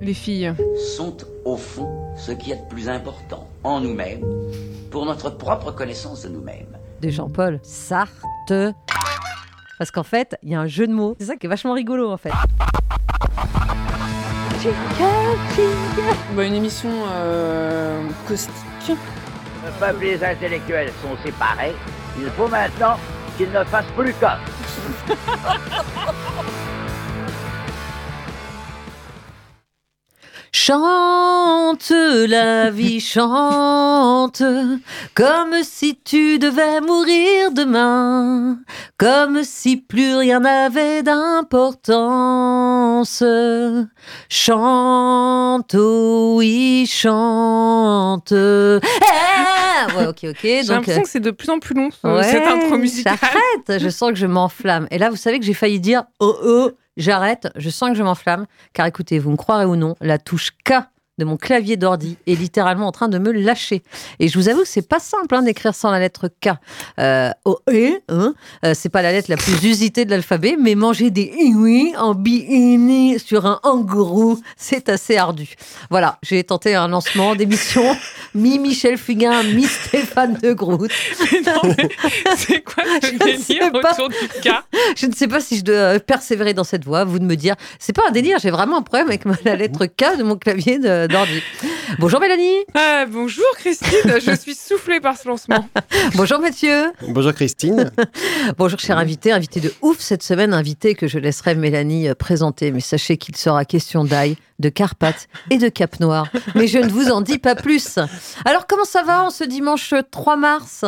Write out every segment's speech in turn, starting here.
les filles sont au fond ce qu'il y a de plus important en nous-mêmes, pour notre propre connaissance de nous-mêmes. de Jean-Paul Sartre. Parce qu'en fait, il y a un jeu de mots. C'est ça qui est vachement rigolo en fait. Bah, Une émission euh, caustique. Le peuple et les intellectuels sont séparés. Il faut maintenant qu'ils ne fassent plus comme. Chante la vie, chante, comme si tu devais mourir demain, comme si plus rien n'avait d'importance. Chante, oh oui, chante. Eh ouais, ok, ok. J'ai Donc, l'impression que c'est de plus en plus long ce- Ouais, cette intro musicale. J'arrête, je sens que je m'enflamme. Et là, vous savez que j'ai failli dire oh oh, j'arrête, je sens que je m'enflamme. Car écoutez, vous me croirez ou non, la touche K de mon clavier d'ordi est littéralement en train de me lâcher. Et je vous avoue que c'est pas simple hein, d'écrire sans la lettre K. Euh, oh eh, hein, euh, c'est pas la lettre la plus usitée de l'alphabet, mais manger des oui en bini sur un kangourou, c'est assez ardu. Voilà, j'ai tenté un lancement d'émission mi-Michel Fugain, mi-Stéphane de Groot. Non, mais c'est quoi Je ce sais délire pas. autour du cas Je ne sais pas si je dois euh, persévérer dans cette voie, vous de me dire. C'est pas un délire, j'ai vraiment un problème avec ma- la lettre K de mon clavier de- d'ordi. Bonjour Mélanie, Ah, Bonjour Christine, je suis soufflée par ce lancement. bonjour Mathieu, Bonjour Christine. bonjour cher invité, invité de ouf cette semaine, invité que je laisserai Mélanie euh, présenter, mais sachez qu'il sera question d'ail, de Carpates et de Cap Noir. Mais je ne vous en dis pas plus. Alors comment ça va en ce dimanche 3 mars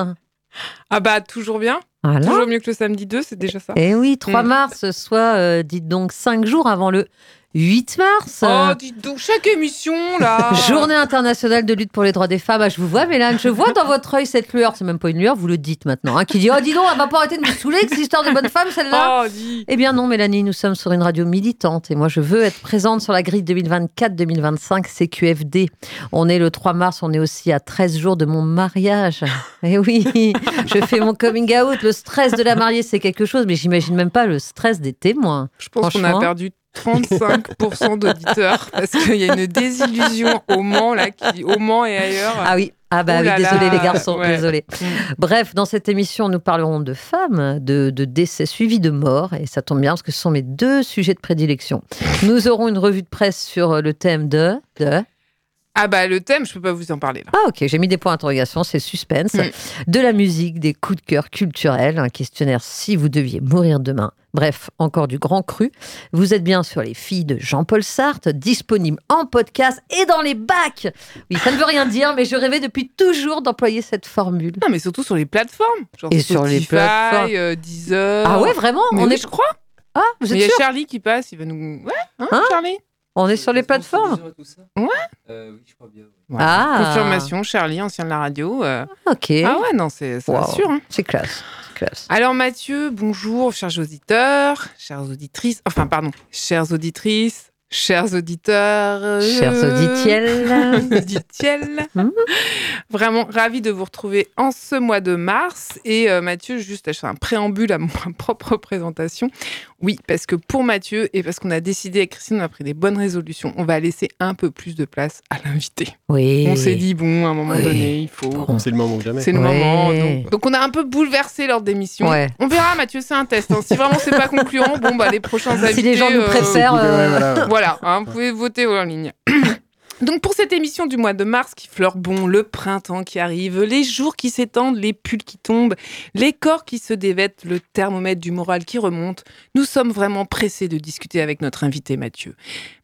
Ah bah toujours bien, Voilà. toujours mieux que le samedi 2, c'est déjà ça. Eh oui, 3 Mm. mars, soit euh, dites donc 5 jours avant le 8 mars. Oh, dites donc, chaque émission là Journée internationale de lutte pour les droits des femmes. Ah, je vous vois, Mélane, je vois dans votre œil cette lueur. C'est même pas une lueur, vous le dites maintenant. hein, qui dit Oh, dis donc, elle va pas arrêter de me saouler avec cette histoire de bonne femme, celle-là. Oh, dis Eh bien non, Mélanie, nous sommes sur une radio militante et moi je veux être présente sur la grille 2024-2025 CQFD. On est le 3 mars, on est aussi à 13 jours de mon mariage. Eh oui, je fais mon coming out. Le stress de la mariée, c'est quelque chose, mais j'imagine même pas le stress des témoins. Je pense qu'on a Franchement. perdu 35% d'auditeurs parce qu'il y a une désillusion au Mans, là, qui, au Mans et ailleurs. Ah oui. Ah bah hein. Ouh oui, là là. désolé les garçons, Ouais. désolé. Mm. Bref, dans cette émission, nous parlerons de femmes, de, de décès suivis de morts, et ça tombe bien parce que ce sont mes deux sujets de prédilection. Nous aurons une revue de presse sur le thème de... de- Ah bah le thème, je peux pas vous en parler là. Ah ok, j'ai mis des points d'interrogation, c'est suspense. Mm. De la musique, des coups de cœur culturels, un questionnaire si vous deviez mourir demain. Bref, encore du grand cru. Vous êtes bien sur les filles de Jean-Paul Sartre, disponible en podcast et dans les bacs. Oui, ça ne veut rien dire, mais je rêvais depuis toujours d'employer cette formule. Non, mais surtout sur les plateformes. Genre Et sur les Spotify, plateformes. euh, Deezer. Ah ouais, vraiment Mais on, oui, est... je crois. Ah, vous Mais êtes Il y a sûr Charlie qui passe, il va nous. Ouais, hein, Hein Charlie on est sur les plateformes Ouais. Euh, oui, je crois bien. oui. Ah. Confirmation, Charlie, ancien de la radio. euh. Ok, Ah ouais, non, c'est c'est Wow. sûr. hein. c'est classe. c'est classe. Alors Mathieu, bonjour, chers auditeurs, chères auditrices. Enfin, pardon, chères auditrices, chers auditeurs. euh, Chers auditiels, Auditiel. Mhm. Vraiment ravi de vous retrouver en ce mois de mars. Et euh, Mathieu, juste, je fais un préambule à ma propre présentation. Oui, parce que pour Mathieu et parce qu'on a décidé avec Christine, on a pris des bonnes résolutions, on va laisser un peu plus de place à l'invité. oui. On s'est dit, bon, à un moment Oui. donné, il faut. Bon. C'est le moment ou jamais. C'est le Ouais. moment. Donc. Donc, on a un peu bouleversé lors d'émission. Ouais. On verra, Mathieu, c'est un test. hein. Si vraiment c'est pas concluant, bon, bah, les prochains invités. Si les gens nous euh, préfèrent, Ouais, euh, voilà. voilà, hein, vous pouvez voter en ligne. Donc pour cette émission du mois de mars qui fleure bon, le printemps qui arrive, les jours qui s'étendent, les pulls qui tombent, les corps qui se dévêtent, le thermomètre du moral qui remonte, nous sommes vraiment pressés de discuter avec notre invité Mathieu.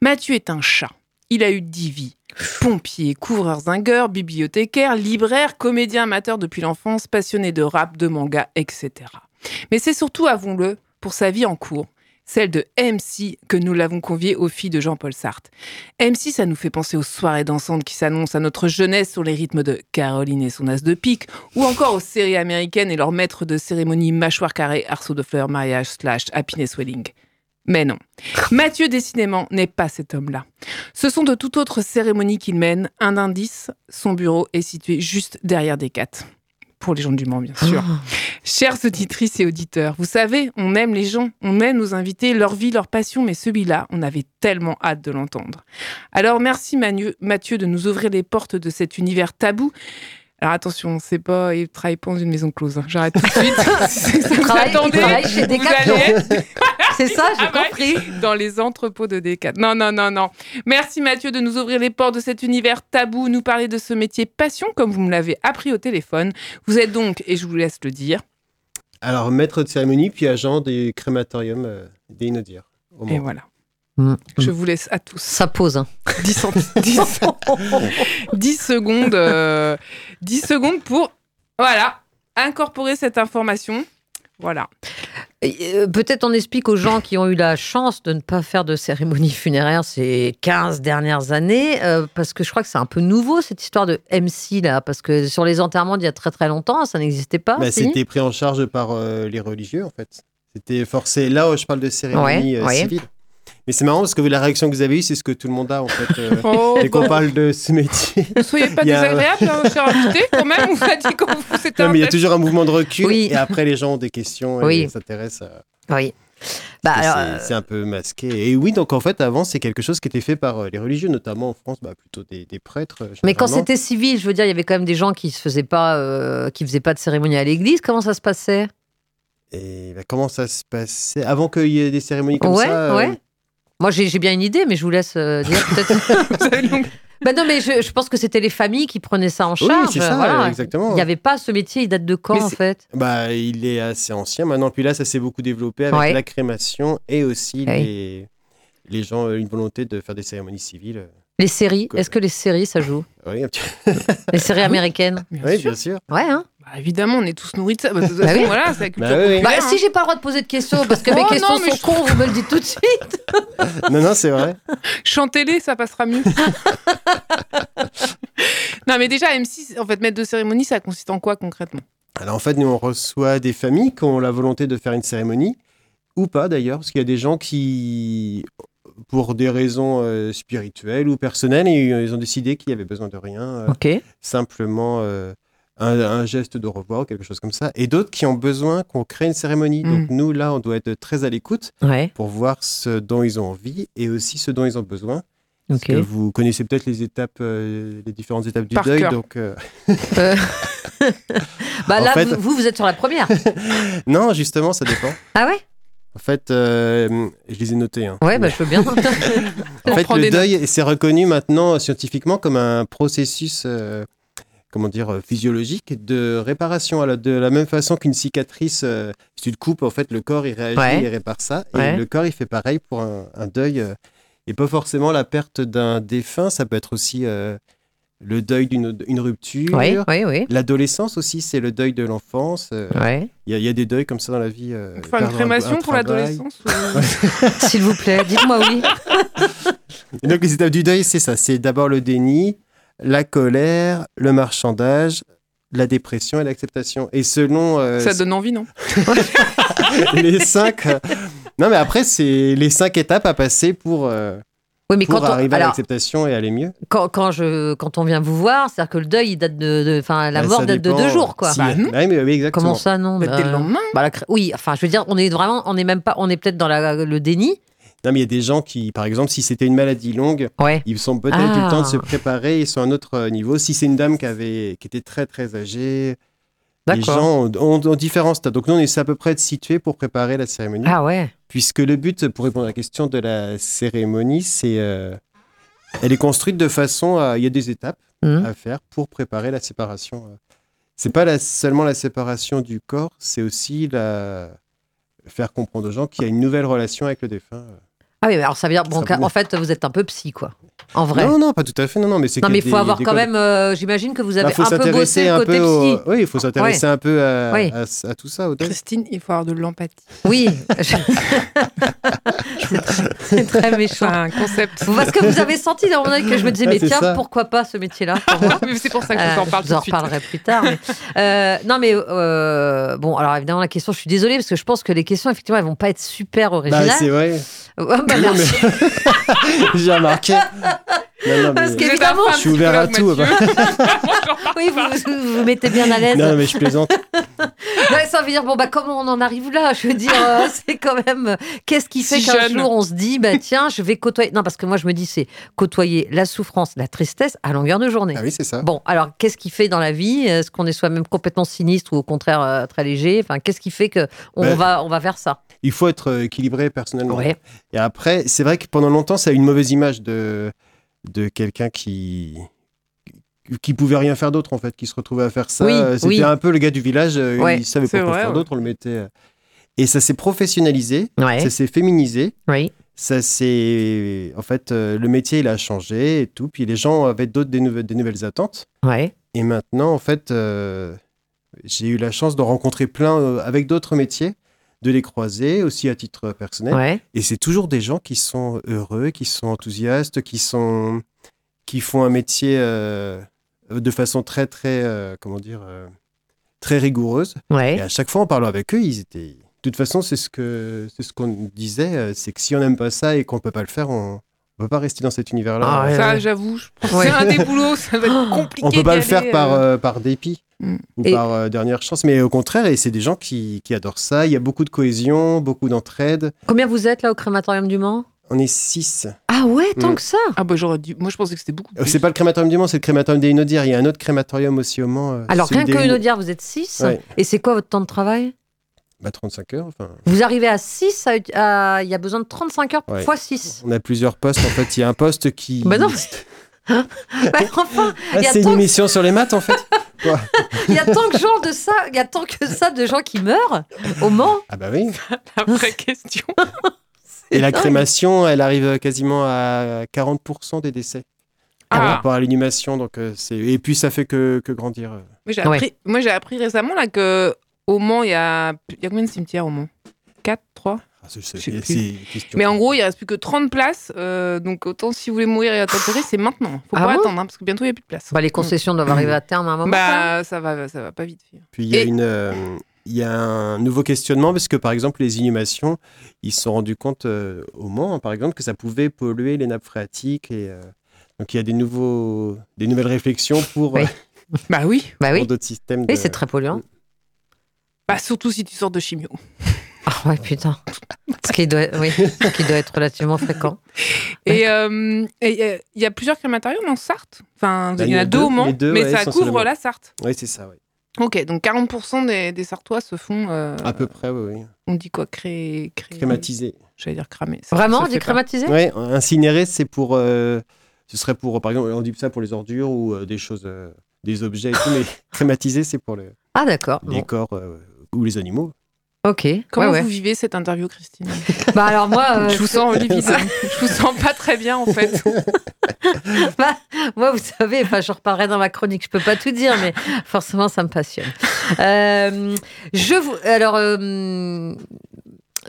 Mathieu est un chat. Il a eu dix vies. Pompier, couvreur zingueur, bibliothécaire, libraire, comédien amateur depuis l'enfance, passionné de rap, de manga, etc. Mais c'est surtout, avouons-le, pour sa vie en cours celle de MC que nous l'avons conviée aux filles de Jean-Paul Sartre. MC, ça nous fait penser aux soirées dansantes qui s'annoncent à notre jeunesse sur les rythmes de Caroline et son as de pique, ou encore aux séries américaines et leurs maîtres de cérémonie mâchoire carrée, arceau de fleurs, mariage slash happiness wedding. Mais non. Mathieu, décidément, n'est pas cet homme-là. Ce sont de toute autre cérémonie qu'il mène. Un indice, son bureau est situé juste derrière des Pour Pour les gens du Mans, bien sûr. Chères auditrices et auditeurs, vous savez, on aime les gens, on aime nos invités, leur vie, leur passion, mais celui-là, on avait tellement hâte de l'entendre. Alors merci Manu- Mathieu de nous ouvrir les portes de cet univers tabou. Alors attention, c'est pas il travaille pas dans une maison close. hein. J'arrête tout de suite. C'est- c'est- Il travaille- il attendez, travaille vous chez Decathlon. allez être C'est ça, j'ai Ah ouais. compris. dans les entrepôts de Decathlon. Non, non, non, non. Merci Mathieu de nous ouvrir les portes de cet univers tabou, nous parler de ce métier passion comme vous me l'avez appris au téléphone. Vous êtes donc, et je vous laisse le dire, Alors, maître de cérémonie, puis agent du crématorium euh, des Inaudières. au et Mans. voilà. Mm. Je vous laisse à tous. Ça pose. hein. 10, cent- 10 10 secondes, euh, 10 secondes pour, voilà, incorporer cette information. Voilà. Et, euh, Peut-être on explique aux gens qui ont eu la chance de ne pas faire de cérémonie funéraire ces 15 dernières années, euh, parce que je crois que c'est un peu nouveau cette histoire de MC là, parce que sur les enterrements d'il y a très très longtemps, ça n'existait pas. Bah, si C'était pris en charge par euh, les religieux, en fait. C'était forcé. Là, oh, je parle de cérémonie Ouais, euh, ouais. civile. Mais c'est marrant parce que la réaction que vous avez eue, c'est ce que tout le monde a, en fait. euh, Oh, dès qu'on parle de ce métier. ne soyez pas Il y a- désagréable, hein, cher invité, quand même. On vous a dit qu'on vous c'était Non, un mais il y a test. toujours un mouvement de recul. Oui. Et après, les gens ont des questions et Oui. ils s'intéressent à. Oui. Bah, Et alors, c'est- c'est un peu masqué. Et oui, donc en fait, avant, c'est quelque chose qui était fait par euh, les religieux, notamment en France, bah, plutôt des, des prêtres. euh, Mais quand généralement. c'était civil, je veux dire, il y avait quand même des gens qui se faisaient pas, euh, qui faisaient pas de cérémonie à l'église. Comment ça se passait Et bah, comment ça se passait Avant qu'il y ait des cérémonies comme Ouais, ça euh, ouais. Moi, j'ai j'ai bien une idée, mais je vous laisse euh, dire peut-être. Vous avez donc- bah non, mais je, je pense que c'était les familles qui prenaient ça en Oui, charge. c'est ça, voilà. exactement. Il n'y avait pas ce métier. Il date de quand Mais en c'est- fait Bah, il est assez ancien maintenant. Puis là, ça s'est beaucoup développé avec Ouais. la crémation et aussi Ouais. les, les gens, euh, une volonté de faire des cérémonies civiles. Les séries. Quoi Est-ce que les séries ça joue Oui, un petit- Les séries américaines. Bien oui, sûr. bien sûr. Ouais. Hein Bah, évidemment, on est tous nourris de ça. Bah, de toute Bah façon, oui. voilà, c'est la culture. Bah oui, oui. bah, populaire, hein. si j'ai pas le droit de poser de questions parce que mes Oh, questions non, mais sont cons, vous me le dites tout de suite. Non, non, c'est vrai. Chantez-les, ça passera mieux. non, mais déjà, M6, en fait, maître de cérémonie, ça consiste en quoi concrètement Alors en fait, nous, on reçoit des familles qui ont la volonté de faire une cérémonie, ou pas d'ailleurs, parce qu'il y a des gens qui, pour des raisons euh, spirituelles ou personnelles, ils, ils ont décidé qu'il n'y avait besoin de rien, euh, Ok. simplement euh, un, un geste de revoir ou quelque chose comme ça, et d'autres qui ont besoin qu'on crée une cérémonie. Mm. Donc nous, là, on doit être très à l'écoute Ouais. pour voir ce dont ils ont envie et aussi ce dont ils ont besoin. Ok. Que vous connaissez peut-être les étapes, euh, les différentes étapes du Par deuil. cœur. Donc euh, Bah en là, fait- vous, vous vous êtes sur la première. non, justement, ça dépend. Ah ouais En fait, euh, je les ai notés. hein. Ouais, bah je veux bien. en on fait, prend le des deuil, c'est reconnu maintenant euh, scientifiquement comme un processus, euh, comment dire, euh, physiologique de réparation. Alors, de la même façon qu'une cicatrice, euh, si tu le coupes, en fait, le corps, il réagit, Ouais. il répare ça. Ouais. Et le corps, il fait pareil pour un, un deuil. euh, et pas forcément la perte d'un défunt, ça peut être aussi euh, le deuil d'une une rupture. Oui, oui, oui. L'adolescence aussi, c'est le deuil de l'enfance. euh, Ouais. Il y, a- il y a des deuils comme ça dans la vie. euh, Enfin, une perdre un- crémation un pour travail. l'adolescence ou- S'il vous plaît, dites-moi oui. Et donc, les étapes du deuil, c'est ça. C'est d'abord le déni, la colère, le marchandage, la dépression et l'acceptation. Et selon euh, Ça donne envie, non les cinq. euh, Non, mais après, c'est les cinq étapes à passer pour, euh, Oui, mais pour quand on, arriver à alors, l'acceptation et aller mieux. quand, quand, je, quand on vient vous voir, c'est-à-dire que le deuil, il date de. de- Enfin, la Bah, mort ça date dépend. de deux jours, quoi. hmm. Si, Bah, non. ouais, mais oui, exactement. Comment ça, non Bah, bah, Dès le lendemain. bah, la cré- Oui, enfin, je veux dire, on est vraiment. On est même pas. On est peut-être dans la- le déni. Non, mais il y a des gens qui, par exemple, si c'était une maladie longue, Ouais. ils sont peut-être Ah. eu le temps de se préparer, ils sont à un autre euh, niveau. Si c'est une dame qui, avait, qui était très, très âgée, les D'accord. gens ont, ont- ont différents stades. Donc, nous, on essaie à peu près de situer pour préparer la cérémonie. Ah ouais. Puisque le but, pour répondre à la question de la cérémonie, c'est. euh, elle est construite de façon à. Il y a des étapes Mhm. à faire pour préparer la séparation. euh. C'est pas la- seulement la séparation du corps, c'est aussi la. Faire comprendre aux gens qu'il y a une nouvelle relation avec le défunt. Ah oui, mais alors ça veut dire. bon, Ça vous- en fait, vous êtes un peu psy, quoi. En vrai. Non, non, pas tout à fait. Non, non, mais c'est Non, qu'il mais y a il faut des- avoir des quand codes. même. euh, J'imagine que vous Bah, avez faut un peu bossé s'intéresser le un côté peu au- psy. Oui, il faut s'intéresser un peu à, Oui. à, à tout ça. Au deuil. Christine, il faut avoir de l'empathie. Oui. C'est très- c'est très C'est méchant. un concept. Parce que vous avez senti dans mon œil que je me disais, Ah, mais c'est tiens, ça. pourquoi pas ce métier-là pour moi Mais c'est pour ça que je vous en Euh, parle tout je vous en de suite. reparlerai plus tard. mais- Euh, non, mais euh, bon, alors évidemment, la question, je suis désolée parce que je pense que les questions, effectivement, elles vont pas être super Bah, originales. c'est vrai. Ouais, bah, Non, merci. mais- J'ai remarqué. Non, non, Parce mais- que- Vous êtes Évidemment, un fin je suis ouvert à tout. psychologue, Mathieu. Oui, vous vous, vous mettez bien à l'aise. Non, mais je plaisante. Ouais, ça veut dire, bon, bah, comment on en arrive là Je veux dire, euh, c'est quand même. euh, Qu'est-ce qui fait Si qu'un jeune. jour on se dit, bah, tiens, je vais côtoyer. Non, parce que moi, je me dis, c'est côtoyer la souffrance, la tristesse à longueur de journée. Ah oui, c'est ça. Bon, alors, qu'est-ce qui fait dans la vie Est-ce qu'on est soi-même complètement sinistre ou au contraire euh, très léger Enfin, qu'est-ce qui fait que on Ben, va on va vers ça Il faut être euh, équilibré personnellement. Ouais. Et après, c'est vrai que pendant longtemps, ça a eu une mauvaise image de, de quelqu'un qui qui pouvait rien faire d'autre en fait, qui se retrouvait à faire ça. Oui, Euh, C'était oui. un peu le gars du village, euh, Ouais, il savait c'est pas quoi vrai, faire ouais. d'autre, on le mettait. euh. Et ça s'est professionnalisé, Ouais. ça s'est féminisé, Oui. ça s'est, en fait, euh, le métier il a changé et tout. Puis les gens avaient d'autres des, nouvel- des nouvelles attentes. Ouais. Et maintenant, en fait, euh, j'ai eu la chance de rencontrer plein euh, avec d'autres métiers, de les croiser aussi à titre personnel. Ouais. Et c'est toujours des gens qui sont heureux, qui sont enthousiastes, qui sont qui font un métier euh, de façon très très euh, comment dire euh, très rigoureuse. Et Ouais. à chaque fois en parlant avec eux, ils étaient. De toute façon, c'est ce que c'est ce qu'on disait, euh, c'est que si on n'aime pas ça et qu'on peut pas le faire, on ne peut pas rester dans cet univers-là. Ah ouais. Ça, j'avoue, je pense que Ouais. c'est un des boulots, ça va être compliqué. On peut pas d'y le faire aller, par, euh. euh, par dépit Mm. ou Et- par euh, dernière chance, mais au contraire, et c'est des gens qui, qui adorent ça. Il y a beaucoup de cohésion, beaucoup d'entraide. Combien vous êtes là au crématorium du Mans On est six. Ah ouais, tant Mm. que ça. Ah bah j'aurais dû. Moi je pensais que c'était beaucoup. Euh, Plus. C'est pas le crématorium du Mans, c'est le crématorium des Inaudières. Il y a un autre crématorium aussi au Mans. euh, Alors celui rien des que une Inau- audière, vous êtes 6 Ouais. Et c'est quoi votre temps de travail Bah, 35 heures. Enfin, Vous arrivez à 6 à- à- il y a besoin de 35 heures Ouais. fois 6. on a plusieurs postes. En fait, il y a un poste qui. Bah non. Ouais, enfin, Ah, il y a c'est une tant- émission sur les maths, en fait. il y a tant que genre de ça, il y a tant que ça de gens qui meurent au Mans. Ah bah oui. La vraie question. Et la dingue. crémation, elle arrive euh, quasiment à 40% des décès par Ah. rapport à l'inhumation. Donc, euh, c'est... Et puis, ça fait que, que grandir. euh. Moi j'ai Ouais. appris, moi, j'ai appris récemment là que au Mans il y a, il y a combien de cimetières au Mans 4, 3 Ah, c'est, c'est- Je sais plus. c'est une question. Mais en gros, il reste plus que 30 places. euh, donc autant si vous voulez mourir et être enterré, c'est maintenant. Faut Ah pas bon attendre hein, parce que bientôt il n'y a plus de place. Bah, les concessions doivent arriver à terme à un moment. ça. Bah ça va, ça va pas vite. fille. Puis, il y, a et- une, euh, il y a un nouveau questionnement parce que, par exemple, les inhumations, ils se sont rendus compte euh, au Mans, hein, par exemple, que ça pouvait polluer les nappes phréatiques. Et, euh, donc, il y a des, nouveaux, des nouvelles réflexions pour, Oui. euh, Bah oui. Bah pour oui. d'autres systèmes. Oui, de- c'est très polluant. Bah surtout si tu sors de chimio. Ah ouais, putain. Ce qui doit, oui, ce qui doit être relativement fréquent. Et euh, et il y a- il y a plusieurs crématoriums en Sarthe. Enfin, Bah, il y en a deux au Mans, les deux, mais ouais, ça essentiellement. couvre la Sarthe. Oui, c'est ça, oui. Ok, donc 40% des, des Sartois se font. euh, À peu près, oui. oui. On dit quoi Cré... cré- Crématisé. J'allais dire cramer. Ça- Vraiment, ça on dit fait pas. crématisé Ouais, incinéré, c'est pour. euh, ce serait pour, par exemple, on dit ça pour les ordures ou euh, des choses, euh, des objets et tout, mais crématisé, c'est pour le- Ah d'accord. les Bon. corps euh, ou les animaux. Ok. Comment ouais, vous ouais. vivez cette interview, Christine Bah alors moi, euh, Je vous sens livide. je vous sens pas très bien, en fait. moi vous savez, enfin je reparlerai dans ma chronique. Je peux pas tout dire, mais forcément ça me passionne. Euh, je vous, alors. euh,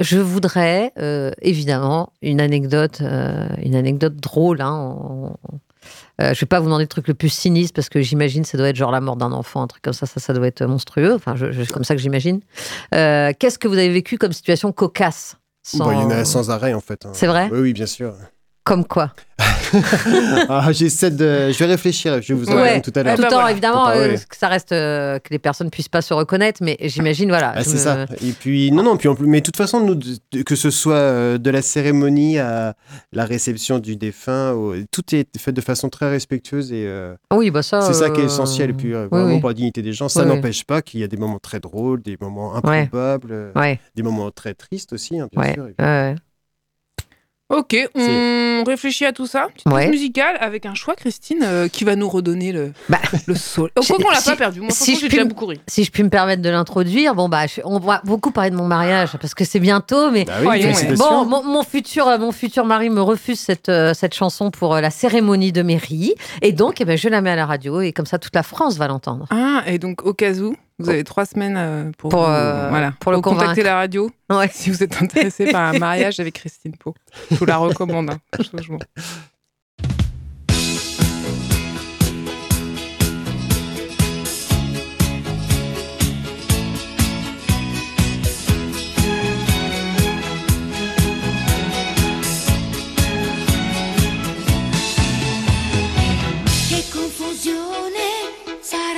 je voudrais euh, évidemment une anecdote, euh, une anecdote drôle. Hein, en- en- euh, je vais pas vous demander le truc le plus sinistre parce que j'imagine ça doit être genre la mort d'un enfant, un truc comme ça. Ça, ça doit être monstrueux. Enfin, je- je- c'est comme ça que j'imagine. Euh, Qu'est-ce que vous avez vécu comme situation cocasse Bon, Bah, Il sans- y en a sans arrêt, en fait. hein. C'est vrai Oui, oui, bien sûr. Comme quoi Ah, j'essaie de. Je vais réfléchir, je vais vous en Ouais. parler tout à l'heure. Ah Tout bah en voilà. évidemment Ah bah euh, ouais. que ça reste euh, que les personnes puissent pas se reconnaître, mais j'imagine voilà. Ah, je c'est me- ça. Et puis, non, non, puis en plus- mais de toute façon, nous, de- de- que ce soit euh, de la cérémonie à la réception du défunt, au- tout est fait de façon très respectueuse et euh, Oui, bah ça. c'est ça qui est euh, essentiel. Et puis, euh, oui, vraiment oui. pour la dignité des gens, ça Oui, oui. n'empêche pas qu'il y a des moments très drôles, des moments improbables, euh, Ouais, des moments très tristes aussi, hein, bien ouais, sûr. Et puis- ouais. Ok, on réfléchit à tout ça. Petite Ouais. pause musicale avec un choix, Christine, euh, qui va nous redonner le, Bah, le sol. Oh, quoi si- qu'on l'a si- pas perdu. Moi, si franchement, je j'ai puis déjà me- beaucoup ri. Si je puis me permettre de l'introduire, bon bah je- on va beaucoup parler de mon mariage parce que c'est bientôt, mais Ah oui, Voyons, ouais. félicitations. Oh, Bon, mon, mon futur, euh, mon futur mari me refuse cette, euh, cette chanson pour euh, la cérémonie de mairie. Et donc, eh ben, je la mets à la radio et comme ça, toute la France va l'entendre. Ah, et donc, au cas où, vous avez trois semaines euh, pour, Oh. Pour, vous- euh, voilà, pour le Vous contactez convaincre. la radio Ouais. si vous êtes intéressé par un mariage avec Christine Pau. Je vous la recommande, hein, franchement.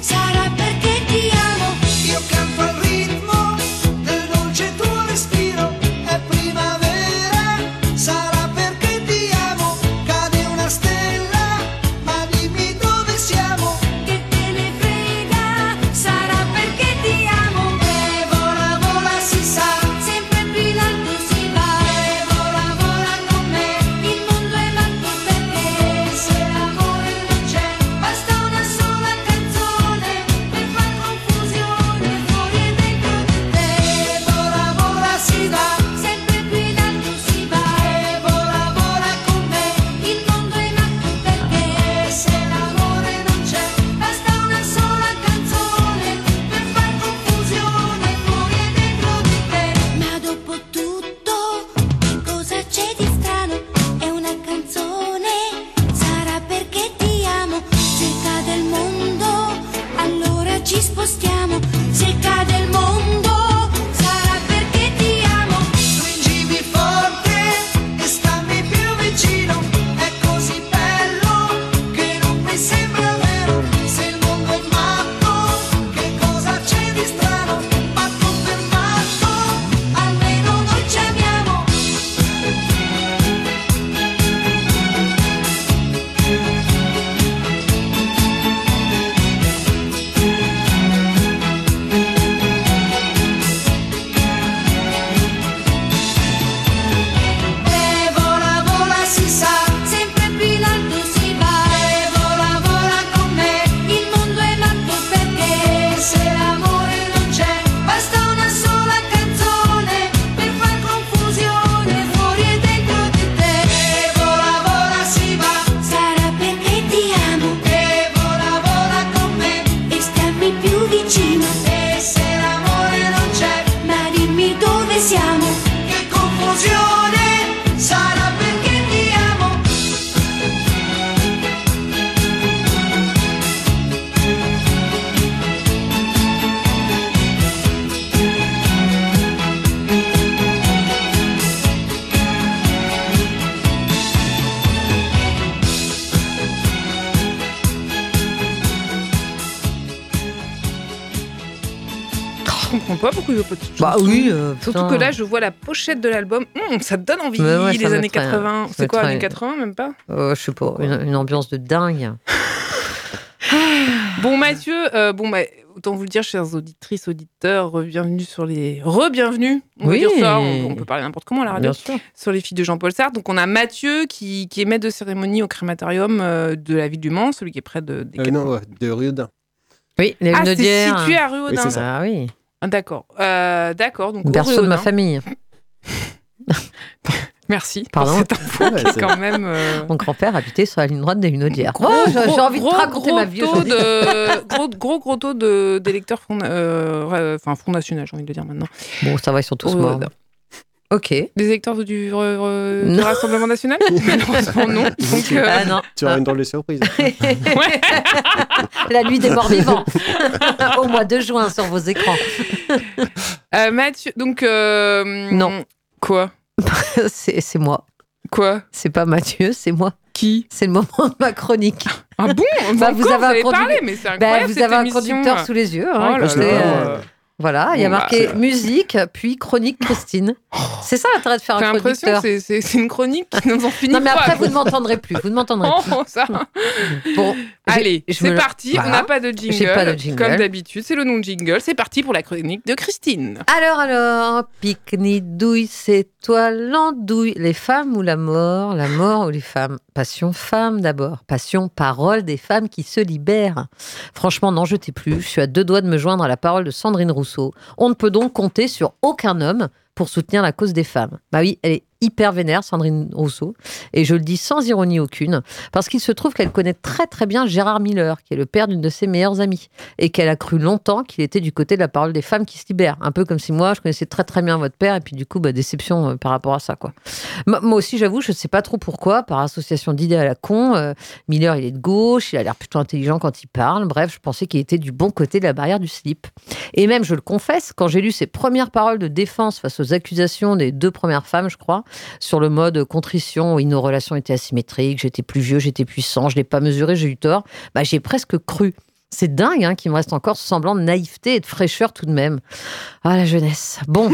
sarà perché ti amo. Io canto al ritmo del dolce tuo respiro, è primavera, sarà perché ti amo, cade una stella, ma dimmi dove siamo, Che te ne frega, sarà perché ti amo. e vola vola si sa, Sempre più in alto si va. E vola, vola con me. Il mondo è matto per te. E se l'amore non c'è, basta una sola canzone per far confusione fuori e dentro di te. e vola vola si va, Sempre più in alto si va. e vola vola con me, Il mondo è matto per te. E se l'amore non c'è, basta una sola canzone per far confusione fuori e dentro di te. Ma dopo tutto, che cosa c'è di strano? È una canzone, sarà perché ti amo. Se cade il mondo, allora ci spostiamo. Se cade il mondo, sarà perché ti amo. stringimi forte e stammi più vicino, è così bello che non mi sembra vero, se il mondo è matto, che cosa c'è di strano, matto per matto, almeno noi ci amiamo. E vola vola si sa, Sempre più in alto si va e vola vola con me, Il mondo è matto perché e se l'amore non c'è, Basta una sola canzone Per far confusione fuori e dentro di e te vola vola si va, Sarà perché ti amo e vola vola con me, E stammi più vicino e se l'amore non c'è, Ma dimmi dove siamo che confusione, sarà perché ti amo. Je comprends pas pourquoi il veut pas de cette Bah chanson. oui, euh, Surtout putain. que là, je vois la pochette de l'album. Hum, ça te donne envie, Ouais, ouais, ça les va années être rien. 80. Ça va C'est quoi, être années rien. 80, même pas Euh, je sais pas, une, une ambiance de dingue. Bon, Mathieu, euh, bon, bah, autant vous le dire, chers auditrices, auditeurs, bienvenue sur les. Re-bienvenue, on Oui. va dire ça, on, on peut parler n'importe comment à la radio, Bien sûr. sur les filles de Jean-Paul Sartre. Donc, on a Mathieu qui, qui est maître de cérémonie au crématorium euh, de la ville du Mans, celui qui est près de, des Euh, quatre- non, ouais, de Riodin. Oui, les Ah, c'est Lunaudières. situé à Rue Oui, Audin. c'est ça. Ah oui, Ah, D'accord. Euh, D'accord. Donc, au berceau Rue de ma Audin. famille. Merci. Pardon. Pardon. C'est un Ouais, c'est- quand même. euh, Mon grand-père habitait sur la ligne droite des Lunaudières. Gros, Oh, j'ai gros, j'ai envie de gros, te raconter gros ma vie taux aujourd'hui. de- gros, gros, gros taux de- d'électeurs Front, euh, euh, enfin, Front National, j'ai envie de le dire maintenant. Bon, ça va, ils sont tous Oh, morts. non. Ok. Des électeurs du, euh, du Non. Rassemblement National Malheureusement, non. Donc, euh, Ah non. Tu auras une drôle de surprise. La nuit des morts vivants. Au mois de juin sur vos écrans. euh, Mathieu, donc. euh, Non. Quoi C'est c'est moi. Quoi C'est pas Mathieu, c'est moi. Qui C'est le moment de ma chronique. Ah bon Bah, Encore, vous avez un allez conducteur- parler, mais c'est Ben, incroyable. vous cette avez un émission. conducteur sous les yeux. hein, Oh là Je sais écoutez, là. euh, pas, moi. Voilà, il y a Bon, bah, marqué musique, puis chronique Christine. C'est ça l'intérêt de faire J'ai un l'impression que conducteur. c'est- c'est c'est une chronique qui nous en finit Non, mais pas. après, vous ne m'entendrez plus. Vous ne m'entendrez plus. Oh, ça. Bon, j'ai- Allez, je me c'est la- parti. Voilà. On n'a pas de jingle. J'ai pas de jingle. Comme d'habitude, c'est le nom de jingle. C'est parti pour la chronique de Christine. Alors, alors, pique-ni-douille, c'est toi l'andouille. Les femmes ou la mort La mort ou les femmes Passion femme d'abord. Passion parole des femmes qui se libèrent. Franchement, n'en jetez plus. Je suis à deux doigts de me joindre à la parole de Sandrine Rousseau. On ne peut donc compter sur aucun homme pour soutenir la cause des femmes. Bah oui, elle est hyper vénère, Sandrine Rousseau, et je le dis sans ironie aucune, parce qu'il se trouve qu'elle connaît très très bien Gérard Miller, qui est le père d'une de ses meilleures amies, et qu'elle a cru longtemps qu'il était du côté de la parole des femmes qui se libèrent, un peu comme si moi je connaissais très très bien votre père, et puis du coup bah, déception euh, par rapport à ça quoi. M- moi aussi j'avoue je sais pas trop pourquoi, par association d'idées à la con, euh, Miller il est de gauche, il a l'air plutôt intelligent quand il parle, bref je pensais qu'il était du bon côté de la barrière du slip. Et même, je le confesse, quand j'ai lu ses premières paroles de défense face aux accusations des deux premières femmes, je crois, sur le mode contrition, oui, nos relations étaient asymétriques, j'étais plus vieux, j'étais puissant, je l'ai pas mesuré, j'ai eu tort, bah, j'ai presque cru. C'est dingue hein, qu'il me reste encore ce semblant de naïveté et de fraîcheur tout de même. Ah, la jeunesse. Bon.